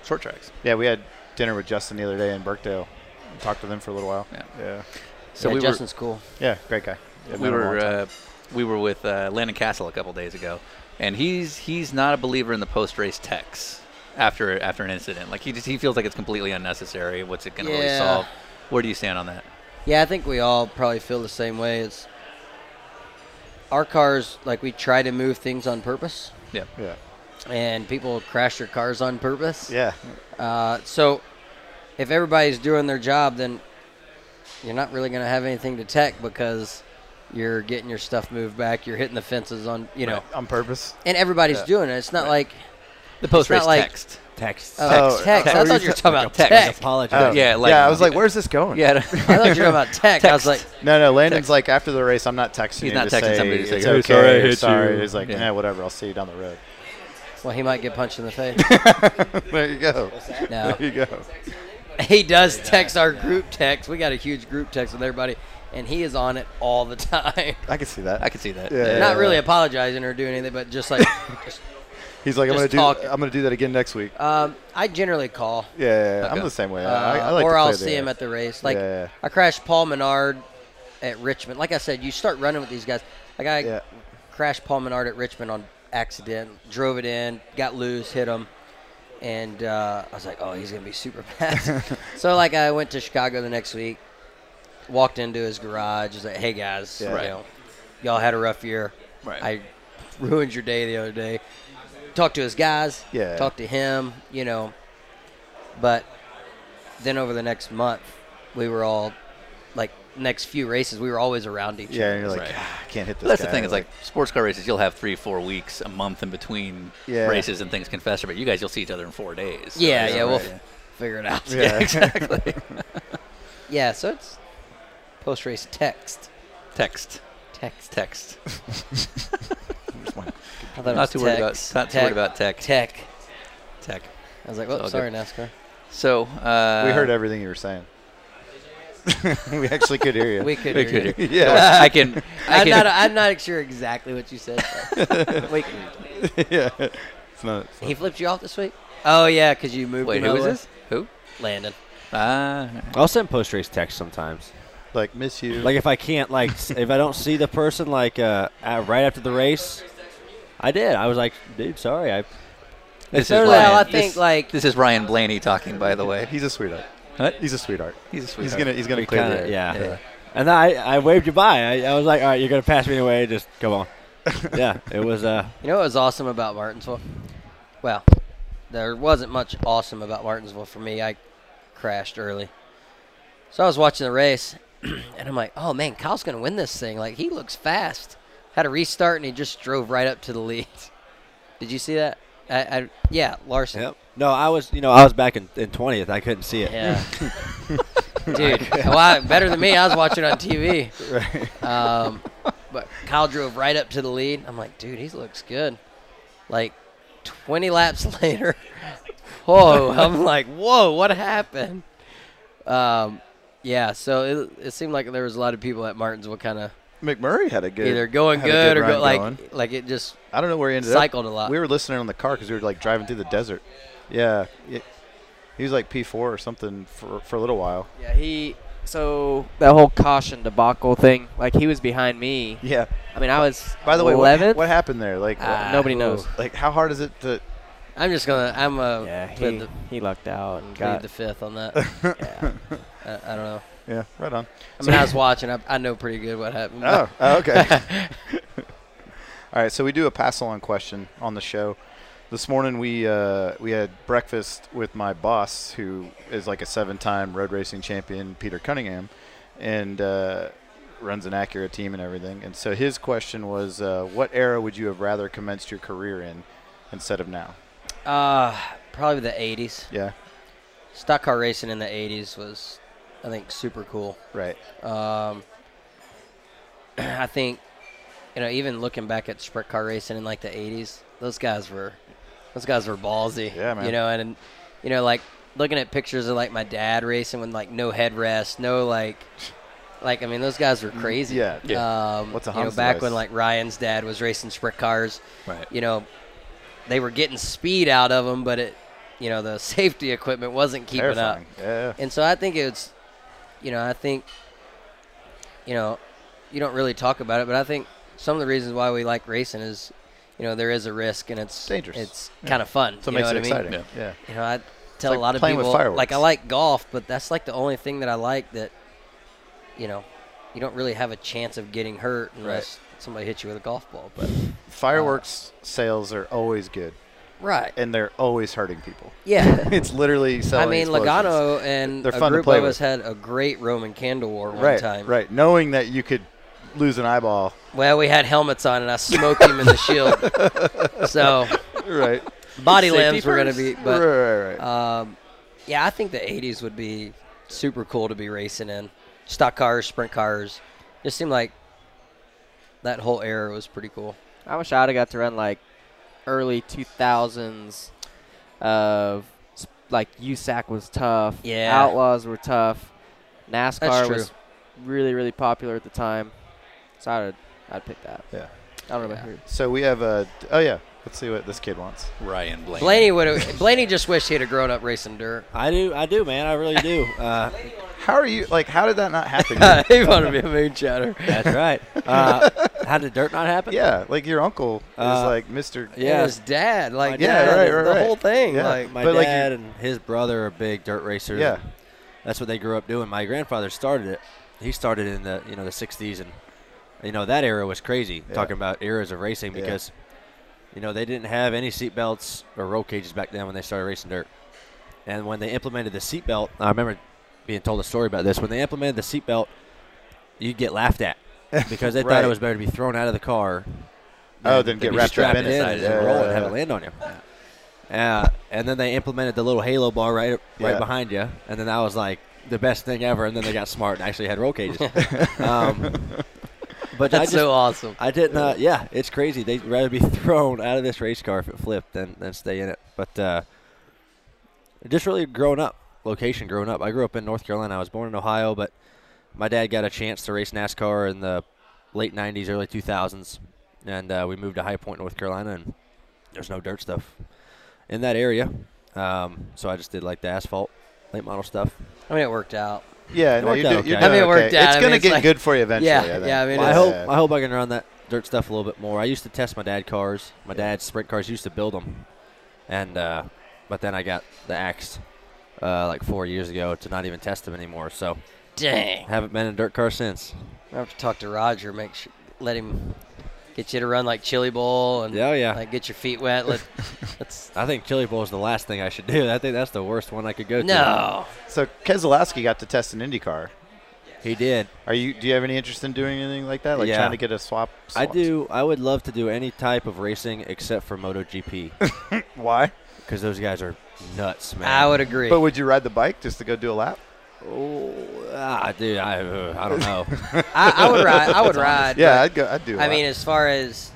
F: short tracks.
A: Yeah, we had dinner with Justin the other day in Burkdale. Talked to them for a little while.
F: Yeah.
A: Yeah.
F: So
B: yeah,
F: we were,
B: Justin's cool.
A: Yeah, great guy. Yeah,
F: we
A: known him a long
F: were
A: time.
F: uh, we were with uh, Landon Castle a couple days ago, and he's he's not a believer in the post race texts after after an incident. Like he just he feels like it's completely unnecessary. What's it going to really
B: Yeah.
F: solve? Where do you stand on that?
B: Yeah, I think we all probably feel the same way. It's our cars, like we try to move things on purpose,
F: Yeah,
A: yeah.
B: and people crash their cars on purpose.
A: Yeah.
B: Uh, so if everybody's doing their job, then you're not really going to have anything to tech because you're getting your stuff moved back. You're hitting the fences on, you know,
A: on purpose.
B: and everybody's doing it. It's not like
F: the post race
B: not like-
F: text.
D: Text.
B: oh,
A: Text.
B: text. text. I
A: Text.
B: thought you were talking about
F: Text.
B: text.
F: Oh,
D: Apologize.
F: yeah, like-
A: yeah, I was like, where's this going?
F: Yeah,
B: I thought you were talking about tech. I was like,
A: No, no, Landon's like, after the race, I'm not texting
F: He's
A: you
F: not
A: to
F: texting
A: say,
F: somebody to say,
A: it's
F: "Hey,
A: okay,
F: sorry, I hit
A: sorry."
F: you.
A: He's like,
F: Yeah.
A: yeah. whatever, I'll see you down the road.
B: well, he might get punched in the face.
A: there you go.
B: No.
A: There you go.
B: He does text our group text. We got a huge group text with everybody, and he is on it all the time.
A: I can see that.
F: I can see that.
A: Yeah.
B: Not really apologizing or doing anything, but just like, just,
A: He's like, I'm gonna
B: Just
A: do.
B: talking.
A: I'm gonna do that again next week.
B: um, I generally call,
A: Yeah, yeah, yeah. I'm
F: Uh, Okay.
A: the same way.
B: uh,
A: I, I like
B: or
A: to
B: I'll
A: play
B: see
A: the-
B: him at the race. Like
A: Yeah.
B: I crashed Paul Menard at Richmond. Like I said, you start running with these guys. Like I
A: Yeah.
B: crashed Paul Menard at Richmond on accident, drove it in, got loose, hit him. And uh, I was like, oh, he's going to be super fast. so, like, I went to Chicago the next week, walked into his garage, was like, hey, guys,
A: Yeah.
B: you
A: Right.
B: know, y'all had a rough year.
F: Right.
B: I ruined your day the other day. Talked to his guys,
A: Yeah.
B: talked to him, you know. But then over the next month, we were all, like, next few races, we were always around each
A: Yeah,
B: other.
A: and you're like,
F: Right.
A: "Ah, I can't hit this.
F: That's the
A: guy,"
F: thing. It's like sports car races. You'll have three, four weeks, a month in between
A: Yeah.
F: races, and things can fester. But you guys, you'll see each other in four days. So
B: Yeah,
F: it's
B: yeah,
F: all
B: we'll
F: right.
B: f- figure it out.
A: Yeah.
B: exactly. yeah, so it's post race text.
F: text,
B: Text.
F: text.
B: I thought it
F: Not
B: was
F: too worried about.
B: text.
F: Not too
B: Tech.
F: worried about tech.
B: Tech.
F: Tech.
B: I was like,
F: all
B: "Whoops,
F: good.
B: sorry, NASCAR."
F: So uh,
A: we heard everything you were saying. we actually could hear you.
B: We could.
F: We
B: hear
F: could
B: you.
F: hear-
A: Yeah.
F: Don't worry, I can. I
B: I'm
F: can
B: not. I'm not sure exactly what you said. but we can-
A: yeah. It's not. it's not-
B: He flipped you off this week. Oh yeah, because you moved.
F: wait,
B: him
F: who is
B: over.
F: this? Who?
B: Landon.
F: Ah,
D: I'll send post race text sometimes.
A: like miss you.
D: Like if I can't, like s- if I don't see the person, like uh, uh, right after the race, I did. I was like, dude, sorry. I
F: this
D: better
F: is
D: than-
B: Well, I
F: Ryan.
B: think
F: this,
B: like
F: this is Ryan Blaney talking. By the way,
A: he's a sweetheart.
F: What?
A: He's a sweetheart.
F: he's a sweetheart.
A: He's gonna. He's gonna
D: we
A: clear the
D: kinda-
A: air.
D: yeah. And then I, I waved you by. I, I was like, all right, you're gonna pass me away. Just come on. yeah, it was. Uh,
B: You know what was awesome about Martinsville? Well, there wasn't much awesome about Martinsville for me. I crashed early. So I was watching the race, and I'm like, oh man, Kyle's going to win this thing. Like, he looks fast. Had a restart, and he just drove right up to the lead. Did you see that? I, I, yeah, Larson.
D: yep. No, I was. You know, I was back in in twentieth. I couldn't see it.
B: Yeah. Dude, well, I- better than me. I was watching on TV. Um, but Kyle drove right up to the lead. I'm like, dude, he looks good. Like 20 laps later, whoa! I'm like, whoa, what happened? Um, yeah. So it, it seemed like there was a lot of people at Martinsville kind of
A: McMurray had a good.
B: either going
A: had a
B: good, or
A: run
B: go, like
A: going.
B: like it just
A: I don't know where he ended
B: Cycled
A: up.
B: a lot.
A: We were listening on the car because we were like driving through the desert. Yeah. It- he was like P4 or something for, for a little while.
H: Yeah, he. So that whole caution debacle thing, like he was behind me.
A: Yeah.
H: I mean, I was.
A: By the way, what,
H: 11th.
B: Uh,
A: what happened there? Like,
H: Ah, nobody knows.
A: like how hard is it to
B: I'm just gonna. I'm a
H: Yeah,
B: plead,
H: he,
B: the,
H: he lucked out and
B: plead
H: got
B: the fifth on that. I, I don't know.
A: Yeah, right on.
B: I mean, I was watching. I, I know pretty good what happened.
A: Oh,
B: but-
A: oh, okay. All right, so we do a pass along question on the show. This morning we uh, we had breakfast with my boss, who is like a seven-time road racing champion, Peter Cunningham, and uh, runs an Acura team and everything. And so his question was, uh, "What era would you have rather commenced your career in instead of now?"
B: Uh, probably the 80s.
A: Yeah,
B: Stock car racing in the 80s was, I think, super cool.
A: right.
B: Um, I think, you know, even looking back at sprint car racing in like the '80s, those guys were, those guys were ballsy.
A: Yeah, man.
B: You know, and, and you know, like looking at pictures of like my dad racing with like no headrest, no like, like I mean, those guys were crazy.
A: Mm, yeah, yeah.
B: Um,
A: What's a
B: you know,
A: Hans
B: back
A: device?
B: when like Ryan's dad was racing sprint cars.
F: Right.
B: You know, they were getting speed out of them, but it, you know, the safety equipment wasn't keeping up.
A: Terrifying. Yeah,
B: And so I think it's, you know, I think, you know, you don't really talk about it, but I think some of the reasons why we like racing is, you know, there is a risk and it's
A: Dangerous.
B: It's kind of fun.
A: so it
B: you
A: makes
B: know
A: it
B: what I mean?
A: exciting.
F: Yeah.
A: yeah.
B: You know, I tell
A: like
B: a lot of
A: playing with
B: people
A: fireworks.
B: like I like golf, but that's like the only thing that I like that, you know, you don't really have a chance of getting hurt unless somebody hits you with a golf ball. But
A: Fireworks sales are always good,
B: right,
A: and they're always hurting people.
B: yeah.
A: it's literally
B: I
A: selling.
B: mean,
A: explosions.
B: Logano and
A: They're
B: a
A: fun to
B: group
A: play
B: of
A: with.
B: us had a great Roman candle war one
A: right,
B: time.
A: Right, knowing that you could lose an eyeball.
B: Well, we had helmets on, and I smoked him in the shield. So
A: right.
B: body
F: Safety
B: limbs were going to
F: first.
B: be,
A: right,
B: but
A: right, right.
B: um, yeah, I think the '80s would be super cool to be racing in stock cars, sprint cars. Just seemed like that whole era was pretty cool.
H: I wish I'd have got to run like early 2000s of s- like USAC was tough.
B: Yeah.
H: Outlaws were tough. NASCAR
B: true.
H: was really, really popular at the time. So I'd, I'd pick that.
A: Yeah.
H: I don't know about who.
A: so we have a. Oh yeah. Let's see what this kid wants.
F: Ryan Blaney.
B: Blaney would. Blaney just wished he'd have grown up racing dirt.
D: I do, I do, man. I really do. Uh,
A: How are you? Like, how did that not happen?
B: he wanted to be a moonshiner.
D: that's right. Uh, how did dirt not happen?
A: yeah, like your uncle is
D: Uh,
A: like Mr.
D: Yeah.
B: his dad, like
A: Yeah,
B: yeah,
A: right, right,
B: the
A: right.
B: whole thing.
A: Yeah.
B: Like,
D: My
A: But, like,
D: dad and his brother are big dirt racers.
A: Yeah. Oh,
D: That's what they grew up doing. My grandfather started it. He started in the you know the '60s, and you know that era was crazy.
A: Yeah.
D: Talking about eras of racing
A: Yeah.
D: because you know they didn't have any seatbelts or roll cages back then when they started racing dirt. And when they implemented the seatbelt, I remember being told a story about this. When they implemented the seatbelt, you'd get laughed at because they thought
A: Right.
D: it was better to be thrown out of the car
A: Oh, then
D: to
A: get
D: be
A: wrapped up
D: strapped
A: in
D: in
A: it.
D: and
A: Yeah,
D: roll
A: yeah,
D: and have
A: yeah.
D: it land on you. Uh, and then they implemented the little halo bar right right
A: Yeah.
D: behind you, and then that was like the best thing ever. And then they got smart and actually had roll cages. um, but I
B: that's
D: just,
B: so awesome.
D: I didn't. Uh, yeah, it's crazy. They'd rather be thrown out of this race car if it flipped than than stay in it. But uh, just really growing up, location growing up. I grew up in North Carolina. I was born in Ohio, but my dad got a chance to race NASCAR in the late '90s, early 2000s, and uh, we moved to High Point, North Carolina, and there's no dirt stuff in that area. Um, so I just did like the asphalt, late model stuff.
B: I mean, it worked out.
A: Yeah,
D: It
A: no,
D: worked
A: you're,
D: out
A: do,
D: okay.
A: you're
D: I
A: doing
B: mean, it worked
A: okay.
B: out.
A: It's
B: I mean,
A: gonna
B: it's
A: get
B: like-
A: good for you eventually.
B: Yeah,
A: I think. uh,
B: yeah, I mean,
D: Well, I
B: it's-
D: hope
A: Yeah.
D: I hope I can run that dirt stuff a little bit more. I used to test my dad cars. My dad's sprint cars used to build them, and uh, but then I got the axe uh, like four years ago to not even test them anymore. So
B: Dang.
D: haven't been in a dirt car since.
B: I have to talk to Roger. Make sure, let him get you to run like chili bowl and
D: Yeah, oh, yeah.
B: like get your feet wet. Let, let's
D: I think chili bowl is the last thing I should do. I think that's the worst one I could go to.
B: no.
A: So Keselowski got to test an IndyCar.
D: he did.
A: Are you? Do you have any interest in doing anything like that? Like
D: Yeah.
A: trying to get a swap?
D: I
A: swapped?
D: do. I would love to do any type of racing except for MotoGP
A: Why?
D: because those guys are nuts, man.
B: I would agree.
A: But would you ride the bike just to go do a lap?
D: Oh, ah, dude, I, uh, I don't know.
B: I, I would ride. I would ride.
A: Yeah,
B: but,
A: I'd go. I'd do. I
B: I mean, as far as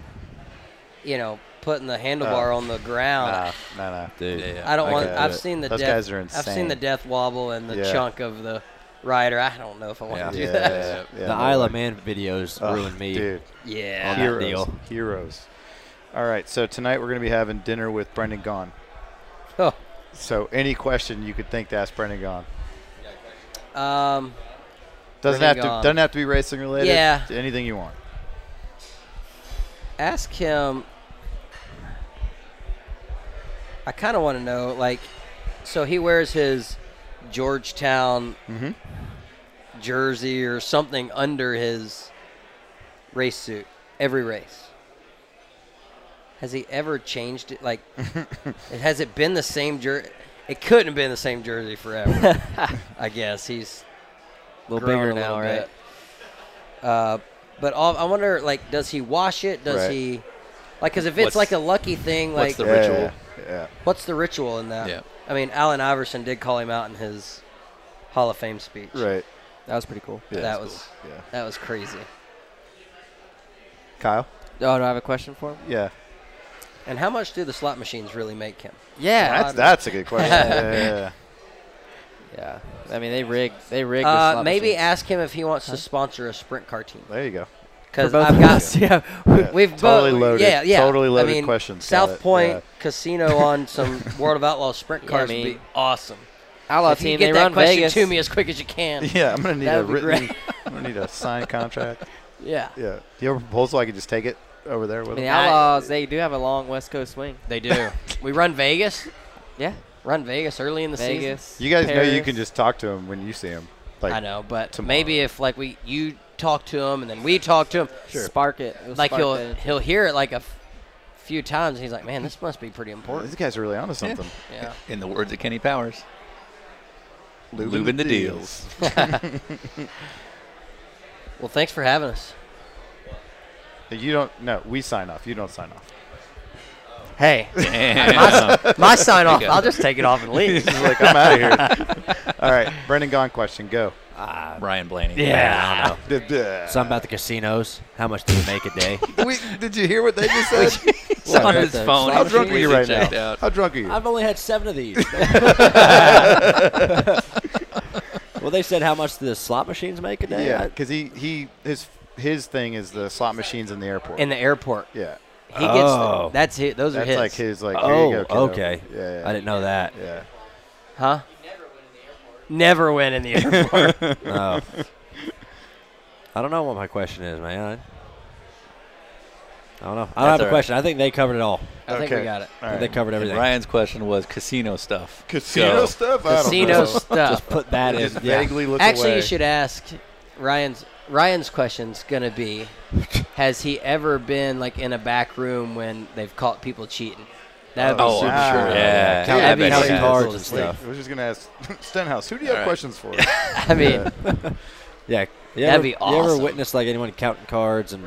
B: you know, putting the handlebar on the ground.
A: nah, nah, Oh. nah.
D: Dude,
B: I don't want.
A: could do
B: I've
A: it.
B: seen the
A: Those
B: death.
A: guys are
B: I've
A: insane.
B: seen the death wobble and the
A: Yeah.
B: chunk of the rider. I don't know if I want
D: Yeah.
B: to do
A: Yeah,
B: that.
A: yeah, yeah,
D: the
A: no
D: Isle
A: way.
D: of Man videos
A: Ugh,
D: ruined me.
A: Dude,
B: Yeah.
D: that
A: heroes,
D: deal.
A: heroes. All right, so tonight we're going to be having dinner with Brendan Gaughan.
B: Oh.
A: So any question you could think to ask Brendan Gaughan
B: Um.
A: doesn't
B: Brendan
A: have to
B: Gaughan.
A: doesn't have to be racing related.
B: Yeah.
A: anything you want.
B: Ask him. I kind of want to know, like, so he wears his Georgetown jersey or something under his race suit every race. Has he ever changed it? Like, it, has it been the same jersey? It couldn't have been the same jersey forever. I guess he's
H: A little
B: grown
H: bigger
B: a
H: now,
B: little
H: right?
B: bit. Uh, but all, I wonder, like, does he wash it? Does
A: Right.
B: he, like, because if it's
F: What's-
B: like a lucky thing, like,
F: what's the
A: Yeah,
F: ritual?
A: Yeah.
B: What's the ritual in that?
F: Yeah.
B: I mean, Allen Iverson did call him out in his Hall of Fame speech.
A: Right.
H: That was pretty cool.
A: Yeah,
B: that
A: that's
B: was
A: cool. Yeah.
B: that was crazy.
A: Kyle.
H: Oh, do I have a question for him?
A: Yeah.
B: And how much do the slot machines really make him?
H: Yeah.
A: That's that's a good question. yeah, yeah, yeah.
H: Yeah. I mean, they rigged. They rigged. the
B: Uh,
H: slot
B: maybe
H: machines.
B: ask him if he wants to sponsor a sprint car team
A: There you go.
B: because
H: both
B: I've
H: of
B: got
H: us, yeah.
B: we've
A: Totally
B: both,
A: loaded-
B: Yeah, yeah.
A: totally loaded
B: I mean,
A: questions,
B: South
A: got it,
B: Point
A: yeah.
B: Casino on some World of Outlaws sprint
H: Yeah, I
B: cars would
H: mean,
B: be awesome.
H: Outlaw
B: if you
H: team.
B: get
H: They
B: that
H: run
B: question
H: Vegas.
B: to me as quick as you can.
A: Yeah, I'm gonna need
B: That
A: a
B: would be
A: written. I'm gonna need a signed contract.
B: yeah,
A: Yeah. Do you have a proposal I could just take it over there
H: I
A: with
H: mean, the
A: them?
B: I-
H: Outlaws. They do have a long West Coast swing.
B: they do. we run Vegas.
H: Yeah.
B: Run Vegas early in the season.
H: Vegas.
A: You guys know you
H: Paris.
A: can just talk to him when you see him. Like,
B: I know, but
A: tomorrow.
B: maybe if like we you talk to him and then we talk to him,
H: spark it. It'll
B: like
H: spark
B: he'll
H: the-
B: he'll hear it like a f- few times and he's like, man, this must be pretty important.
A: These guys are really onto something.
B: Yeah.
F: In the words of Kenny Powers, lubing, the deals.
B: Well, thanks for having us.
A: You don't. No, we sign off. You don't sign off.
B: Hey,
F: Damn.
B: my sign off.
F: go.
B: I'll just take it off and leave.
A: He's like, I'm out of here. All right, Brendan Gone question. Go.
F: Ryan Blaney.
D: Yeah. I don't
A: Duh,
D: know.
A: duh.
D: Something about the casinos. How much do we make a day?
A: We- did you hear what they just said?
F: It's on his
H: the
F: phone.
A: How
F: He's
A: drunk are you right
F: completely
A: now?
F: checked out.
A: How drunk are you?
D: only had seven of these. well, they said how much the slot machines make a day.
A: yeah,
D: I-
A: because he, he his his thing is the slot machines in the airport.
B: In the airport, he
A: yeah,
B: gets
D: Oh.
B: that's it. Those are
A: that's
B: his.
A: like his like. here
D: oh,
A: you go, kiddo.
D: okay.
A: Yeah, yeah,
D: I didn't know that.
A: yeah.
B: huh? Never win in the airport.
D: No. I don't know what my question is, man. I don't know. I don't have
F: all
D: a
F: right.
D: question. I think they covered it all.
B: I think we
A: Okay.
B: got it.
A: All right.
D: They covered
F: And
D: everything.
F: Ryan's question was casino stuff.
A: casino
F: Go.
A: stuff. I don't
B: Casino
A: know.
B: stuff.
D: Just put that in.
A: Just
D: Yeah.
A: vaguely look
B: Actually,
A: away.
B: you should ask Ryan's. Ryan's question's gonna be: Has he ever been like in a back room when they've caught people cheating? That would be
F: Oh,
B: super.
A: wow.
F: sure.
A: Yeah.
F: Yeah.
D: Count-
F: I
B: That'd be
F: bet
D: counting
F: he has.
B: hard.
D: cards and
B: Sleep.
D: stuff.
A: I was just gonna ask Stenhouse, who do you have
F: All right.
A: questions for?
B: I mean,
D: Yeah. You
B: That'd
D: ever,
B: be
D: You ever
B: awesome.
D: witness like anyone counting cards and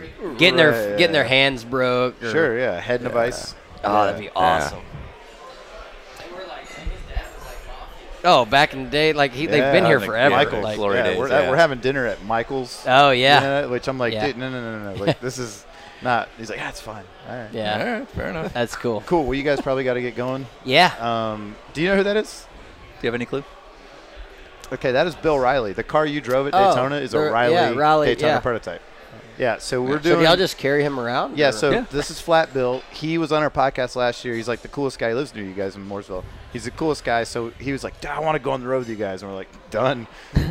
A: Right,
B: getting their
A: yeah.
B: getting their hands broke. Or,
A: sure, yeah, head in a vice.
B: Oh, that'd be awesome. Oh, back in the day, like he, they've been
A: Yeah,
B: here
F: like,
B: forever.
F: Michael's
B: like-
F: Glory
A: yeah,
F: days,
A: we're,
F: yeah.
A: we're having dinner at Michael's.
B: oh yeah,
A: you know, which I'm like,
B: Yeah.
A: dude, no, no, no, no, no. Like, this is not. He's like, that's fine. All right.
B: yeah,
F: All right, fair enough.
B: that's cool.
A: Cool. Well, you guys probably got to get going.
B: Yeah,
A: Um, do you know who that is?
F: Do you have any clue?
A: Okay, that is Bill Riley. The car you drove at
B: Oh,
A: Daytona is a
B: the-
A: Riley,
B: yeah, Riley,
A: Daytona
B: yeah.
A: prototype. Yeah, so we're
B: so do
A: doing.
B: y'all just carry him around?
A: yeah,
B: or-
A: so this is Flat Bill. He was on our podcast last year. He's like the coolest guy. He lives near you guys in Mooresville. He's the coolest guy. So he was like, "Dude, I want to go on the road with you guys. And we're like, done.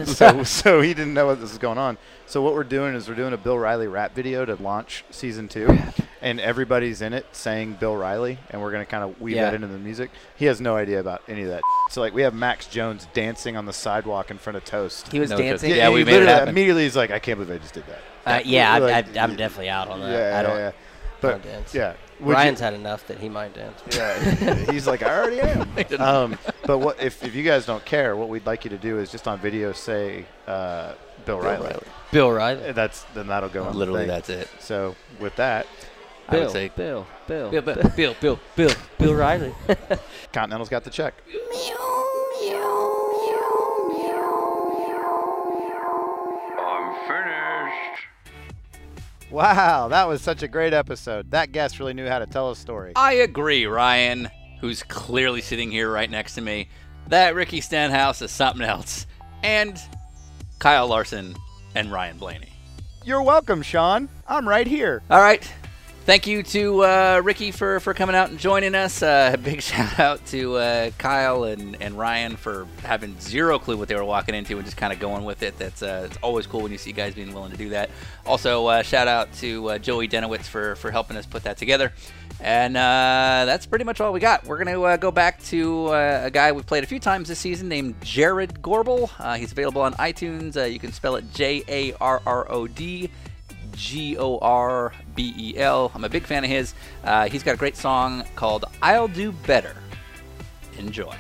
A: so so he didn't know what this was going on. So what we're doing is we're doing a Bill Riley rap video to launch season two. And everybody's in it saying Bill Riley. And we're going to kind of weave
B: Yeah.
A: that into the music. He has no idea about any of that. So like we have Max Jones dancing on the sidewalk in front of Toast.
H: He was
F: No, just-
H: dancing.
F: Yeah,
A: he
F: we made it
A: literally-
F: happen.
A: Immediately, he's like, "I can't believe I just did that."
B: uh, yeah, I,
A: Like,
B: I, I'm definitely out on that.
A: yeah,
B: I don't.
A: yeah, yeah. But
B: don't dance.
A: yeah, Would you-
B: Ryan's had enough that he might dance.
A: yeah, he's like, "I already am." um, but what if, if you guys don't care? What we'd like you to do is just on video say uh, Bill, Riley.
B: Bill Riley.
A: And That's then that'll go on. the
F: Literally,
A: thing.
F: that's it.
A: So with that,
F: I
H: Bill,
F: would say
H: Bill, Bill,
B: Bill, Bill, Bill, Bill, Bill, Bill Riley.
A: Continental's got the check.
I: I'm finished.
A: Wow, that was such a great episode. That guest really knew how to tell a story.
F: I agree, Ryan, who's clearly sitting here right next to me. That Ricky Stenhouse is something else. And Kyle Larson and Ryan Blaney.
A: You're welcome, Sean. I'm right here.
F: All right. Thank you to uh, Ricky for, for coming out and joining us. Uh, big shout out to uh, Kyle and, and Ryan for having zero clue what they were walking into and just kind of going with it. That's uh, it's always cool when you see guys being willing to do that. Also, uh, shout out to uh, Joey Denowitz for, for helping us put that together. And uh, that's pretty much all we got. We're going to uh, go back to uh, a guy we've played a few times this season named Jared Gorbel. Uh, he's available on iTunes. Uh, you can spell it J A R R O D G O R B E L. I'm a big fan of his. Uh, he's got a great song called I'll Do Better. Enjoy.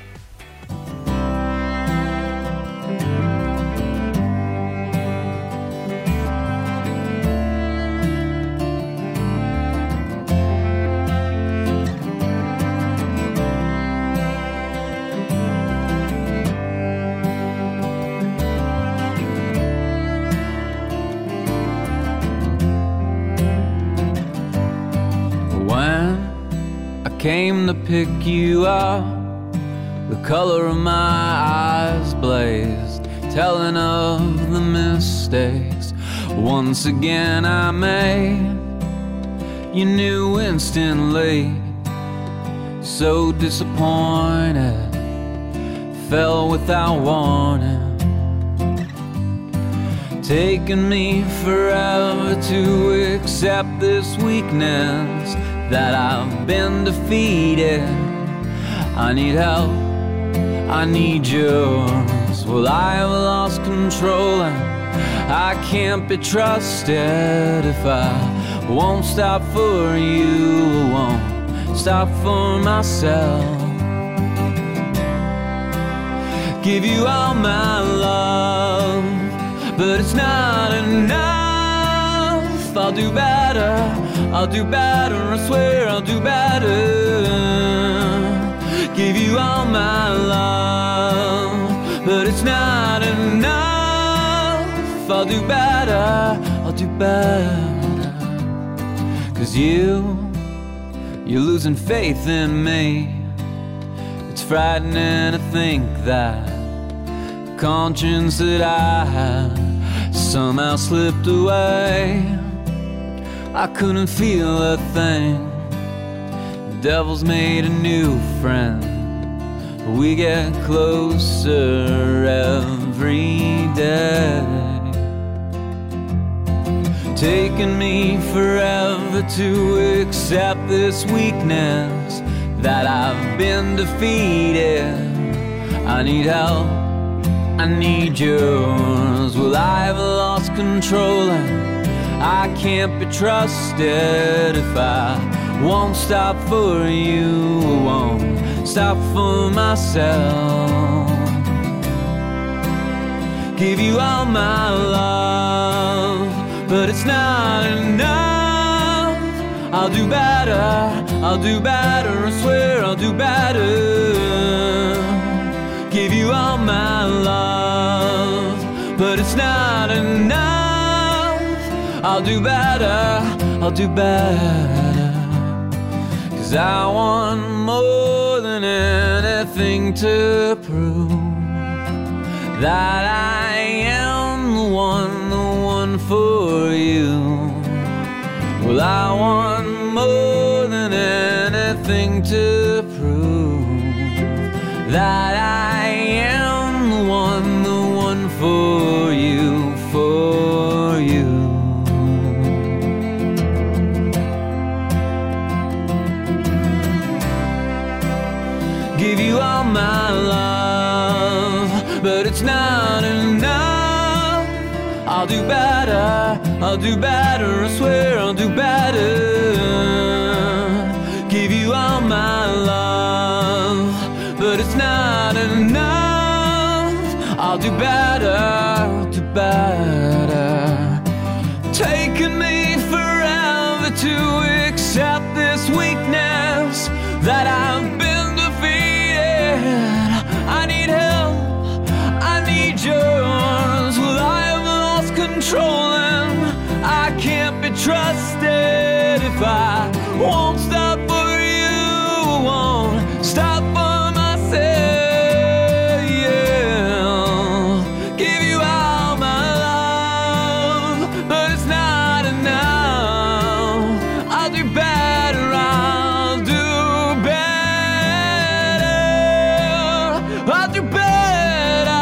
G: When I came to pick you up, the color of my eyes blazed, telling of the mistakes once again I made. You knew instantly, so disappointed, fell without warning. Taking me forever to accept this weakness that I've been defeated. I need help, I need yours. Well, I have lost control and I can't be trusted if I won't stop for you, won't stop for myself give you all my love, but it's not enough. I'll do better, I'll do better, I swear I'll do better. Give you all my love, but it's not enough. I'll do better, I'll do better. Cause you, you're losing faith in me. It's frightening to think that the conscience that I had somehow slipped away. I couldn't feel a thing. The devil's made a new friend. We get closer every day taking me forever to accept this weakness that I've been defeated. I need help, I need yours. Well, I've lost control and I can't be trusted if I won't stop for you, won't stop for myself give you all my love, but it's not enough. I'll do better, I'll do better, I swear I'll do better. Give you all my love, but it's not enough. I'll do better, I'll do better. Cause I want more than anything to prove that I am the one, the one for you. Well, I want more than anything to prove that I am the one, the one for you, for you. give you all my love, but it's not enough. I'll do better, I'll do better, I swear I'll do better. Give you all my love, but it's not enough. I'll do better, I'll do better. Taking me forever to accept this weakness that I've been defeated. I need help, I need yours. Well, I've lost control and I can't be trusted if I won't stop for you, won't stop for myself. Yeah. Give you all my love, but it's not enough. I'll do better, I'll do better, I'll do better.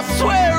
G: I swear